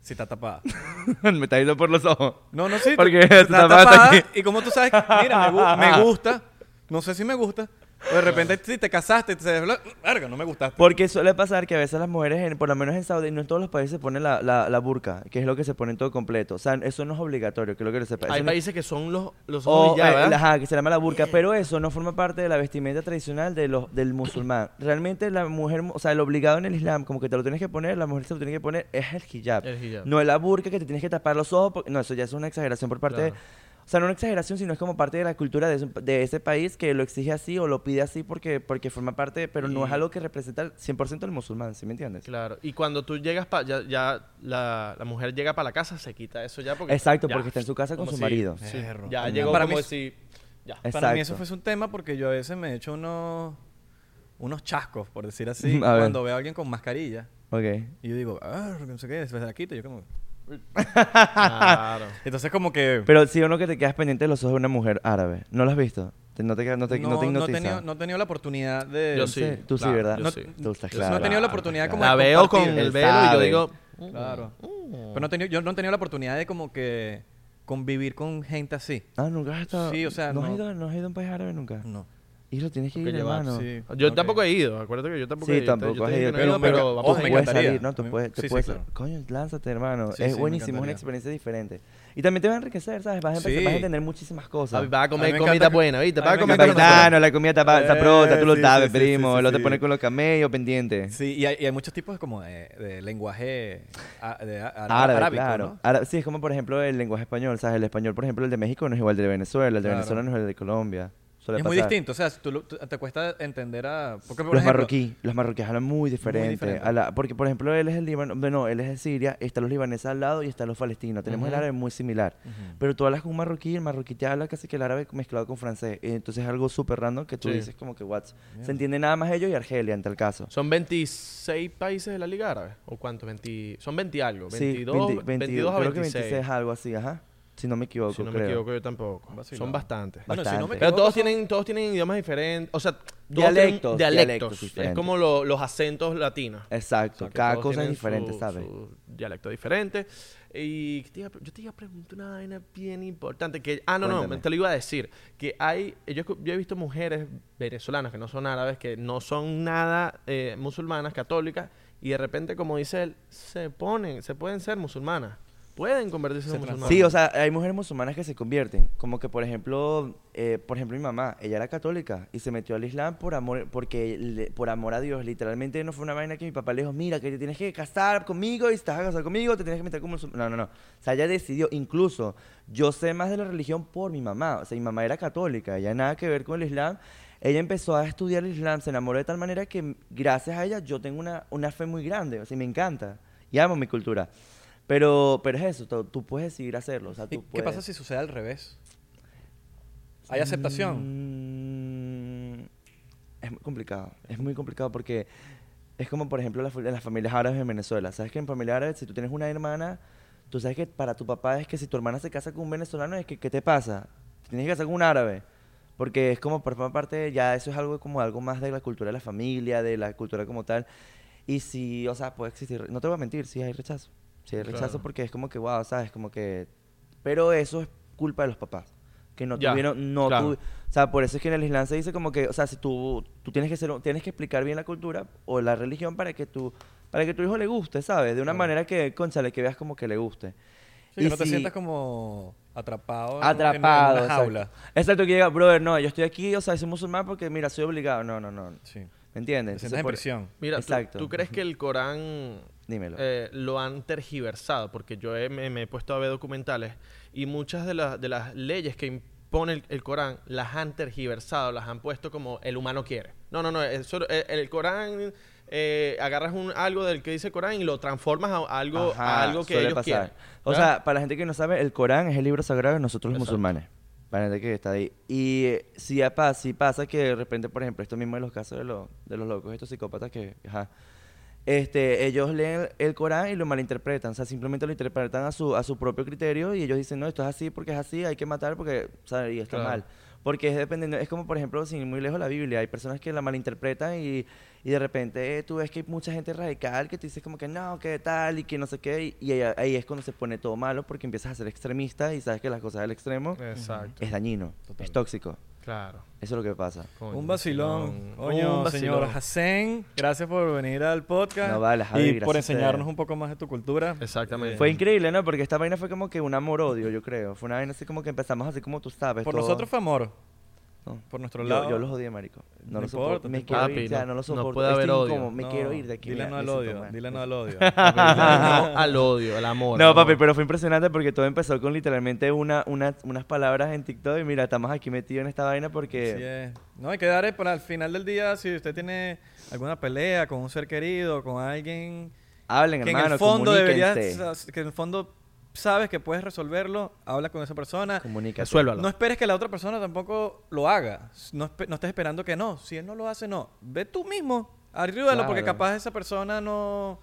[SPEAKER 2] si está tapada?
[SPEAKER 1] Me está yendo por los ojos.
[SPEAKER 2] No, no, sí.
[SPEAKER 1] Porque
[SPEAKER 2] tú- tú
[SPEAKER 1] está
[SPEAKER 2] estás
[SPEAKER 1] tapada
[SPEAKER 2] tapada
[SPEAKER 1] aquí.
[SPEAKER 2] y como tú sabes, mira, me, gu- me gusta, no sé si me gusta, o de repente si te casaste, te verga, no me gustaste.
[SPEAKER 1] Porque suele pasar que a veces las mujeres, en- por lo menos en Saudi, no en todos los países se pone la, la, la burka, que es lo que se pone en todo completo. O sea, eso no es obligatorio, que es lo que lo sepa.
[SPEAKER 3] Hay
[SPEAKER 1] Eso no-
[SPEAKER 3] países que son los, los ojos
[SPEAKER 1] o,
[SPEAKER 3] y ya,
[SPEAKER 1] eh,
[SPEAKER 3] ¿verdad?
[SPEAKER 1] la- ajá, que se llama la burka, pero eso no forma parte de la vestimenta tradicional de los, del musulmán. Realmente la mujer, mu- o sea, el obligado en el Islam, como que te lo tienes que poner, la mujer se lo tiene que poner, es el hijab.
[SPEAKER 3] El hijab.
[SPEAKER 1] No es la burka que te tienes que tapar los ojos, porque- no, eso ya es una exageración por parte
[SPEAKER 3] Claro.
[SPEAKER 1] de... O sea, no una exageración, sino es como parte de la cultura de ese, de ese país que lo exige así o lo pide así porque, porque forma parte, pero no es algo que representa el 100% el musulmán, ¿sí me entiendes?
[SPEAKER 3] Claro. Y cuando tú llegas para. Ya, ya la, la mujer llega para la casa, se quita eso ya. Porque,
[SPEAKER 1] Exacto,
[SPEAKER 3] ya.
[SPEAKER 1] porque está en su casa con
[SPEAKER 3] Como
[SPEAKER 1] su
[SPEAKER 3] si-
[SPEAKER 1] marido.
[SPEAKER 3] sí,
[SPEAKER 2] Perro.
[SPEAKER 3] Ya
[SPEAKER 2] No,
[SPEAKER 3] llegó
[SPEAKER 2] para
[SPEAKER 3] como
[SPEAKER 2] mí es-
[SPEAKER 3] si. Ya.
[SPEAKER 2] Para mí eso
[SPEAKER 1] Exacto.
[SPEAKER 2] fue un tema porque yo a veces me he hecho unos, unos chascos, por decir así,
[SPEAKER 1] A ver.
[SPEAKER 2] cuando veo a alguien con mascarilla.
[SPEAKER 1] Ok.
[SPEAKER 2] Y yo digo, ah, no sé qué, después la quito, y yo como...
[SPEAKER 3] Claro.
[SPEAKER 2] Entonces como que...
[SPEAKER 1] Pero sí o no que te quedas pendiente de los ojos de una mujer árabe. ¿No lo has visto? Te- No te, no te, no, te
[SPEAKER 2] he
[SPEAKER 1] hipnotiza.
[SPEAKER 2] tenido, no he tenido la oportunidad de...
[SPEAKER 3] Yo
[SPEAKER 1] Sí,
[SPEAKER 3] sí,
[SPEAKER 1] Tú
[SPEAKER 3] claro,
[SPEAKER 1] sí, ¿verdad?
[SPEAKER 3] yo
[SPEAKER 1] no,
[SPEAKER 3] sí.
[SPEAKER 1] Tú estás
[SPEAKER 2] Yo
[SPEAKER 1] claro.
[SPEAKER 2] no he tenido la oportunidad como
[SPEAKER 3] La
[SPEAKER 2] de
[SPEAKER 3] veo con
[SPEAKER 2] compartir.
[SPEAKER 3] el
[SPEAKER 1] Él
[SPEAKER 3] velo y yo
[SPEAKER 1] sabe.
[SPEAKER 3] digo.
[SPEAKER 2] Claro. Pero no he tenido, yo no he tenido la oportunidad de como que convivir con gente así.
[SPEAKER 1] Ah, nunca has estado.
[SPEAKER 2] Sí, o sea,
[SPEAKER 1] no, has
[SPEAKER 2] no. Mm.
[SPEAKER 1] ido, no has ido a un país árabe nunca.
[SPEAKER 2] No.
[SPEAKER 1] Y lo tienes que ir, hermano.
[SPEAKER 2] sí.
[SPEAKER 3] Yo
[SPEAKER 2] Ok.
[SPEAKER 3] tampoco he ido, acuérdate que yo tampoco
[SPEAKER 1] Sí,
[SPEAKER 3] he ido.
[SPEAKER 1] tampoco
[SPEAKER 3] Yo te
[SPEAKER 1] has
[SPEAKER 3] dije
[SPEAKER 1] ido,
[SPEAKER 3] que
[SPEAKER 1] pero-
[SPEAKER 3] no ido,
[SPEAKER 2] pero-
[SPEAKER 3] vamos
[SPEAKER 2] ojo,
[SPEAKER 3] a
[SPEAKER 2] me
[SPEAKER 3] ir.
[SPEAKER 1] puedes
[SPEAKER 2] encantaría.
[SPEAKER 1] salir, ¿no? Te
[SPEAKER 2] A mí-
[SPEAKER 1] puedes, te
[SPEAKER 2] sí, sí,
[SPEAKER 1] puedes-
[SPEAKER 2] claro.
[SPEAKER 1] Coño, lánzate, hermano.
[SPEAKER 2] Sí,
[SPEAKER 1] es
[SPEAKER 2] sí, me
[SPEAKER 1] buenísimo, es una
[SPEAKER 2] encantaría.
[SPEAKER 1] experiencia diferente. Y también te va a enriquecer, ¿sabes? Vas a, empezar-
[SPEAKER 2] Sí.
[SPEAKER 1] vas a entender muchísimas cosas.
[SPEAKER 3] Vas a
[SPEAKER 2] A mí me
[SPEAKER 3] comer
[SPEAKER 2] encanta
[SPEAKER 3] comida
[SPEAKER 2] que-
[SPEAKER 3] buena, ¿viste?
[SPEAKER 2] a mí
[SPEAKER 3] Vas a
[SPEAKER 2] me
[SPEAKER 3] comer
[SPEAKER 2] encanta
[SPEAKER 3] comida buena.
[SPEAKER 1] Capitano, la comida está, está
[SPEAKER 2] Eh,
[SPEAKER 1] pronta, tú lo
[SPEAKER 2] sí,
[SPEAKER 1] sabes,
[SPEAKER 2] sí, sí,
[SPEAKER 1] primo.
[SPEAKER 2] sí,
[SPEAKER 1] lo te
[SPEAKER 2] sí.
[SPEAKER 1] pones con los camellos pendiente.
[SPEAKER 2] Sí, y hay, y hay muchos tipos como de, de lenguaje a- de a-
[SPEAKER 1] Árabe,
[SPEAKER 2] arábico,
[SPEAKER 1] claro. Ah,
[SPEAKER 2] ¿no?
[SPEAKER 1] Ára- sí, es como por ejemplo el lenguaje español, ¿sabes? El español, por ejemplo, el de México no es igual al de Venezuela, el de
[SPEAKER 2] Claro.
[SPEAKER 1] Venezuela no es el de Colombia. Suele
[SPEAKER 2] Es muy
[SPEAKER 1] pasar.
[SPEAKER 2] distinto, o sea, tú, lo- tú- te cuesta entender a... Porque, por
[SPEAKER 1] Los
[SPEAKER 2] ejemplo,
[SPEAKER 1] marroquíes, los marroquíes hablan muy diferente.
[SPEAKER 2] diferente.
[SPEAKER 1] a la- porque, por ejemplo, él es el Líbano, bueno, él es de Siria, están los libaneses al lado y están los palestinos. Tenemos el
[SPEAKER 2] Ujú.
[SPEAKER 1] árabe muy similar.
[SPEAKER 2] Ujú.
[SPEAKER 1] Pero tú hablas con un marroquí, el marroquí te habla casi que el árabe mezclado con francés. Y entonces es algo súper random que tú
[SPEAKER 3] Sí.
[SPEAKER 1] dices como que, what? Se entiende nada más ellos y Argelia, en tal caso.
[SPEAKER 3] Son 26 países de la Liga Árabe. ¿O cuántos? 20, son 20 algo.
[SPEAKER 1] Sí,
[SPEAKER 3] 22,
[SPEAKER 1] 20
[SPEAKER 3] 22 a
[SPEAKER 1] creo
[SPEAKER 3] 26.
[SPEAKER 1] que 26 algo así, ajá. Si no me equivoco,
[SPEAKER 3] si no me
[SPEAKER 1] creo.
[SPEAKER 3] equivoco, yo tampoco.
[SPEAKER 2] Vacilado.
[SPEAKER 3] Son bastantes.
[SPEAKER 2] Bueno, si no me
[SPEAKER 1] Bastante.
[SPEAKER 2] equivoco,
[SPEAKER 3] Pero todos
[SPEAKER 2] son-
[SPEAKER 3] tienen, todos tienen idiomas diferentes. O sea, todos
[SPEAKER 1] Dialectos, dialectos
[SPEAKER 3] tienen dialectos. es
[SPEAKER 1] diferentes.
[SPEAKER 3] como lo- los acentos latinos.
[SPEAKER 1] Exacto,
[SPEAKER 3] O sea, que
[SPEAKER 1] cada
[SPEAKER 3] todos
[SPEAKER 1] cosa es
[SPEAKER 3] tienen
[SPEAKER 1] diferente,
[SPEAKER 3] su-
[SPEAKER 1] ¿sabes?
[SPEAKER 3] su dialecto diferente. Y te iba a pre- yo te iba a preguntar una vaina bien importante. Que, ah, no, no,
[SPEAKER 1] Cuéntame.
[SPEAKER 3] te lo iba a decir. Que hay. Yo, escu- yo he visto mujeres venezolanas que no son árabes, que no son nada eh, musulmanas, católicas, y de repente, como dice él, se ponen, se pueden ser musulmanas. Pueden convertirse
[SPEAKER 2] Se
[SPEAKER 3] en musulmanas.
[SPEAKER 1] Sí, o sea, hay mujeres musulmanas que se convierten. Como que, por ejemplo, eh, por ejemplo, mi mamá, ella era católica y se metió al Islam por amor, porque le- por amor a Dios. Literalmente no fue una vaina que mi papá le dijo, mira, que te tienes que casar conmigo y estás a casar conmigo, te tienes que meter como musulmana. No, no, no. O sea, ella decidió, incluso, yo sé más de la religión por mi mamá. O sea, mi mamá era católica, ella nada que ver con el Islam. Ella empezó a estudiar el Islam, se enamoró de tal manera que gracias a ella yo tengo una, una fe muy grande, o sea, me encanta y amo mi cultura. Pero, pero es eso, tú, tú puedes decidir hacerlo. O sea,
[SPEAKER 2] ¿Y
[SPEAKER 1] tú puedes.
[SPEAKER 2] ¿Qué pasa si sucede al revés? ¿Hay aceptación?
[SPEAKER 1] Mm, es muy complicado, es muy complicado porque es como, por ejemplo, las, fa- las familias árabes en Venezuela. Sabes que en familia árabe, si tú tienes una hermana, tú sabes que para tu papá es que si tu hermana se casa con un venezolano, es que, ¿qué te pasa? Te Tienes que casar con un árabe. Porque es como, por parte, ya eso es algo como algo más de la cultura de la familia, de la cultura como tal. Y si, o sea, puede existir, no te voy a mentir, si hay rechazo. Si hay rechazo
[SPEAKER 3] Claro.
[SPEAKER 1] porque es como que, wow, sabes, como que... Pero eso es culpa de los papás. Que no
[SPEAKER 3] Ya,
[SPEAKER 1] tuvieron, no
[SPEAKER 3] claro.
[SPEAKER 1] tuvi- o sea, por eso es que en el Islam se dice como que, o sea, si tú, tú tienes que ser, un- tienes que explicar bien la cultura o la religión para que tu, para que tu hijo le guste, ¿sabes? De una manera que, conchale, que veas como que le guste.
[SPEAKER 2] Sí, que
[SPEAKER 1] Y
[SPEAKER 2] no te
[SPEAKER 1] si-
[SPEAKER 2] sientas como atrapado, en- en-
[SPEAKER 1] atrapado,
[SPEAKER 2] en, una
[SPEAKER 1] exacto.
[SPEAKER 2] jaula.
[SPEAKER 1] Exacto, que llega, brother, no, yo estoy aquí, o sea, soy musulmán porque, mira, soy obligado. No, no, no. ¿Me
[SPEAKER 2] Sí.
[SPEAKER 1] entiendes?
[SPEAKER 2] Te
[SPEAKER 1] Entonces,
[SPEAKER 2] sientas en
[SPEAKER 1] por-
[SPEAKER 2] prisión.
[SPEAKER 3] Mira, ¿tú-
[SPEAKER 1] Exacto.
[SPEAKER 3] ¿tú, crees que el Corán
[SPEAKER 1] Dímelo.
[SPEAKER 3] eh, lo han tergiversado? Porque yo he- me, me he puesto a ver documentales y muchas de, las- de las leyes que impone el, el Corán las han tergiversado, las han puesto como el humano quiere. No, no, no. eso- eh, el, Corán, eh, agarras un, algo del que dice el Corán y lo transformas a, a algo, a
[SPEAKER 1] Ajá,
[SPEAKER 3] algo que
[SPEAKER 1] suele
[SPEAKER 3] ellos quieren.
[SPEAKER 1] O
[SPEAKER 3] ¿verdad?
[SPEAKER 1] sea, para la gente que no sabe, el Corán es el libro sagrado de nosotros los
[SPEAKER 3] Exacto.
[SPEAKER 1] musulmanes. Para la gente que está ahí. Y eh, si, ya pa- si pasa que de repente, por ejemplo, esto mismo de los casos de, los- de los locos, estos psicópatas que... ajá, este, ellos leen el Corán y lo malinterpretan, o sea, simplemente lo interpretan a su, a su propio criterio y ellos dicen, no, esto es así porque es así, hay que matar porque, o sea, y está
[SPEAKER 3] Claro.
[SPEAKER 1] mal. Porque es dependiendo, es como por ejemplo, sin ir muy lejos la Biblia, hay personas que la malinterpretan y, y de repente eh, tú ves que hay mucha gente radical que te dice como que no, que tal y que no sé qué, y, y ahí, ahí es cuando se pone todo malo porque empiezas a ser extremista y sabes que las cosas del extremo
[SPEAKER 3] Exacto.
[SPEAKER 1] es dañino,
[SPEAKER 2] Total.
[SPEAKER 1] es tóxico,
[SPEAKER 3] Claro.
[SPEAKER 1] eso es lo que pasa.
[SPEAKER 3] Coño,
[SPEAKER 2] un vacilón.
[SPEAKER 3] Un
[SPEAKER 2] Coño,
[SPEAKER 3] vacilón.
[SPEAKER 2] señor Hassan, gracias por venir al podcast.
[SPEAKER 1] No vale, Javi,
[SPEAKER 2] Y por
[SPEAKER 1] gracias a
[SPEAKER 2] enseñarnos
[SPEAKER 1] ustedes.
[SPEAKER 2] un poco más de tu cultura.
[SPEAKER 3] Exactamente.
[SPEAKER 1] Fue increíble, ¿no? Porque esta vaina fue como que un amor-odio, yo creo. Fue una vaina así como que empezamos así como tú sabes.
[SPEAKER 2] Por
[SPEAKER 1] todo.
[SPEAKER 2] nosotros fue amor.
[SPEAKER 1] No.
[SPEAKER 2] Por nuestro
[SPEAKER 1] Yo,
[SPEAKER 2] lado.
[SPEAKER 1] yo los odié, marico. No,
[SPEAKER 2] No
[SPEAKER 1] lo
[SPEAKER 2] importa,
[SPEAKER 1] soporto. Me
[SPEAKER 2] no
[SPEAKER 1] quiero
[SPEAKER 3] importa.
[SPEAKER 1] ir, ya,
[SPEAKER 3] Papi,
[SPEAKER 1] no
[SPEAKER 3] no-
[SPEAKER 1] lo
[SPEAKER 3] no
[SPEAKER 1] soporto.
[SPEAKER 3] puede
[SPEAKER 1] Estoy
[SPEAKER 3] haber odio.
[SPEAKER 1] incómodo, me
[SPEAKER 2] No,
[SPEAKER 1] quiero ir de aquí.
[SPEAKER 2] Dile
[SPEAKER 1] mira,
[SPEAKER 2] no
[SPEAKER 1] me pues.
[SPEAKER 2] al
[SPEAKER 1] siento
[SPEAKER 2] odio.
[SPEAKER 1] mal.
[SPEAKER 2] Dile no al odio.
[SPEAKER 3] no al odio, al amor.
[SPEAKER 1] No,
[SPEAKER 3] al
[SPEAKER 1] papi,
[SPEAKER 3] amor.
[SPEAKER 1] pero fue impresionante porque todo empezó con literalmente una, una- unas palabras en TikTok y mira, estamos aquí metidos en esta vaina porque...
[SPEAKER 2] Así es. No, hay que dar eh, para el final del día, si usted tiene alguna pelea con un ser querido, con alguien
[SPEAKER 1] Hablen,
[SPEAKER 2] que en
[SPEAKER 1] hermano,
[SPEAKER 2] el fondo deberías,
[SPEAKER 1] comuníquense.
[SPEAKER 2] sa- que en el fondo sabes que puedes resolverlo, habla con esa persona.
[SPEAKER 1] Comuníquense.
[SPEAKER 3] Resuélvalo.
[SPEAKER 2] No esperes que la otra persona tampoco lo haga. No, espe- no estés esperando que no. Si él no lo hace, no. Ve tú mismo, ayúdalo, porque
[SPEAKER 1] Claro.
[SPEAKER 2] capaz esa persona no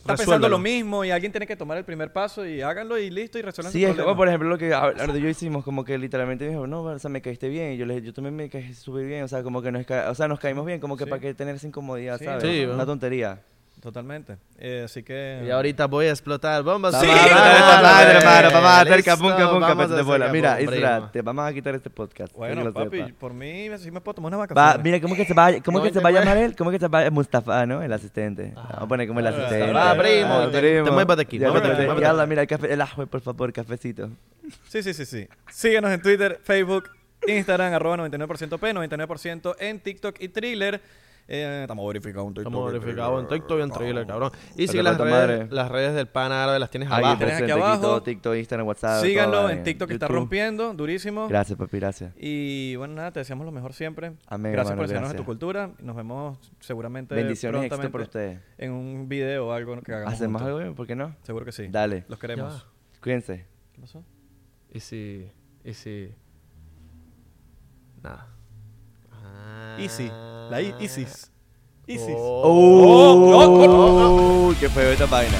[SPEAKER 2] está pensando
[SPEAKER 3] Resuélvelo.
[SPEAKER 2] lo mismo y alguien tiene que tomar el primer paso y háganlo y listo y resuelvan
[SPEAKER 1] Sí,
[SPEAKER 2] su
[SPEAKER 1] es como
[SPEAKER 2] problema.
[SPEAKER 1] por ejemplo lo que Ar- Ardo y yo hicimos, como que literalmente dijo, no, o sea, me caíste bien, y yo, le, yo también me caí súper bien, o sea, como que nos, ca- o sea, nos caímos bien, como que
[SPEAKER 2] Sí.
[SPEAKER 1] para que tener esa incomodidad,
[SPEAKER 2] Sí,
[SPEAKER 1] ¿sabes?
[SPEAKER 3] Sí,
[SPEAKER 1] Una
[SPEAKER 3] ¿no?
[SPEAKER 1] tontería.
[SPEAKER 2] Totalmente. Eh, así que...
[SPEAKER 3] Y ahorita voy a explotar bombas.
[SPEAKER 1] Sí,
[SPEAKER 2] Sí,
[SPEAKER 1] madre,
[SPEAKER 2] madre,
[SPEAKER 1] madre, hermano,
[SPEAKER 3] eh,
[SPEAKER 1] papá, cerca,
[SPEAKER 3] listo,
[SPEAKER 1] punca, pues, punca,
[SPEAKER 3] vamos
[SPEAKER 1] pete
[SPEAKER 3] a
[SPEAKER 1] de bola.
[SPEAKER 3] cerca,
[SPEAKER 1] Mira,
[SPEAKER 3] pum,
[SPEAKER 1] Isra,
[SPEAKER 3] primo.
[SPEAKER 1] te vamos a quitar este podcast. que
[SPEAKER 2] Bueno,
[SPEAKER 1] lo
[SPEAKER 2] papi,
[SPEAKER 1] sepa.
[SPEAKER 2] por mí sí me puedo tomar una
[SPEAKER 1] Va,
[SPEAKER 2] vacación.
[SPEAKER 1] mira, ¿cómo que se va, cómo
[SPEAKER 3] No,
[SPEAKER 1] que se
[SPEAKER 3] te
[SPEAKER 1] va a
[SPEAKER 3] voy.
[SPEAKER 1] llamar él? ¿Cómo que se va? Mustafa, ¿no? El asistente. Vamos a poner como el
[SPEAKER 2] Ah,
[SPEAKER 1] asistente.
[SPEAKER 2] ah, primo,
[SPEAKER 1] Ah,
[SPEAKER 3] te- te muévate aquí,
[SPEAKER 1] Ya,
[SPEAKER 2] muévate,
[SPEAKER 1] ya, ya,
[SPEAKER 2] muévate.
[SPEAKER 1] ya, habla, mira, el café, el ajo, por favor, cafecito.
[SPEAKER 2] Sí, sí, sí, sí. Síguenos en Twitter, Facebook, Instagram, arroba 99% P, 99% en TikTok y Thriller. Eh, estamos verificados en TikTok.
[SPEAKER 3] Estamos
[SPEAKER 2] y
[SPEAKER 3] verificados en
[SPEAKER 2] Thriller.
[SPEAKER 3] TikTok y en Thriller, cabrón. Y
[SPEAKER 1] Pero
[SPEAKER 3] sigue las
[SPEAKER 1] cuánta
[SPEAKER 3] redes,
[SPEAKER 1] madre.
[SPEAKER 3] las redes del pan árabe, las tienes
[SPEAKER 1] Ahí
[SPEAKER 3] abajo.
[SPEAKER 2] Ah, tenés aquí
[SPEAKER 1] presente, aquí
[SPEAKER 2] abajo.
[SPEAKER 1] todo, TikTok, Instagram, WhatsApp. toda
[SPEAKER 2] Síganlo
[SPEAKER 1] vaina.
[SPEAKER 2] en TikTok que está
[SPEAKER 1] YouTube.
[SPEAKER 2] rompiendo, durísimo.
[SPEAKER 1] Gracias, papi, gracias.
[SPEAKER 2] Y bueno, nada, te deseamos lo mejor siempre.
[SPEAKER 1] Amén,
[SPEAKER 2] gracias
[SPEAKER 1] hermano,
[SPEAKER 2] por enseñarnos de tu
[SPEAKER 1] gracias.
[SPEAKER 2] cultura. Nos vemos seguramente
[SPEAKER 1] Bendiciones y éxito por
[SPEAKER 2] prontamente
[SPEAKER 1] ustedes.
[SPEAKER 2] en un video o algo que hagamos.
[SPEAKER 1] ¿Hacemos
[SPEAKER 2] juntos.
[SPEAKER 1] algo? ¿Por qué no?
[SPEAKER 2] Seguro que sí.
[SPEAKER 1] Dale.
[SPEAKER 2] Los queremos.
[SPEAKER 3] Ya
[SPEAKER 1] Cuídense.
[SPEAKER 2] ¿Qué pasó?
[SPEAKER 3] Y si. Y si. Nada.
[SPEAKER 2] Easy. La I- Isis. Isis.
[SPEAKER 3] Oh.
[SPEAKER 2] oh,
[SPEAKER 1] ¡Oh! ¡Qué feo esta vaina!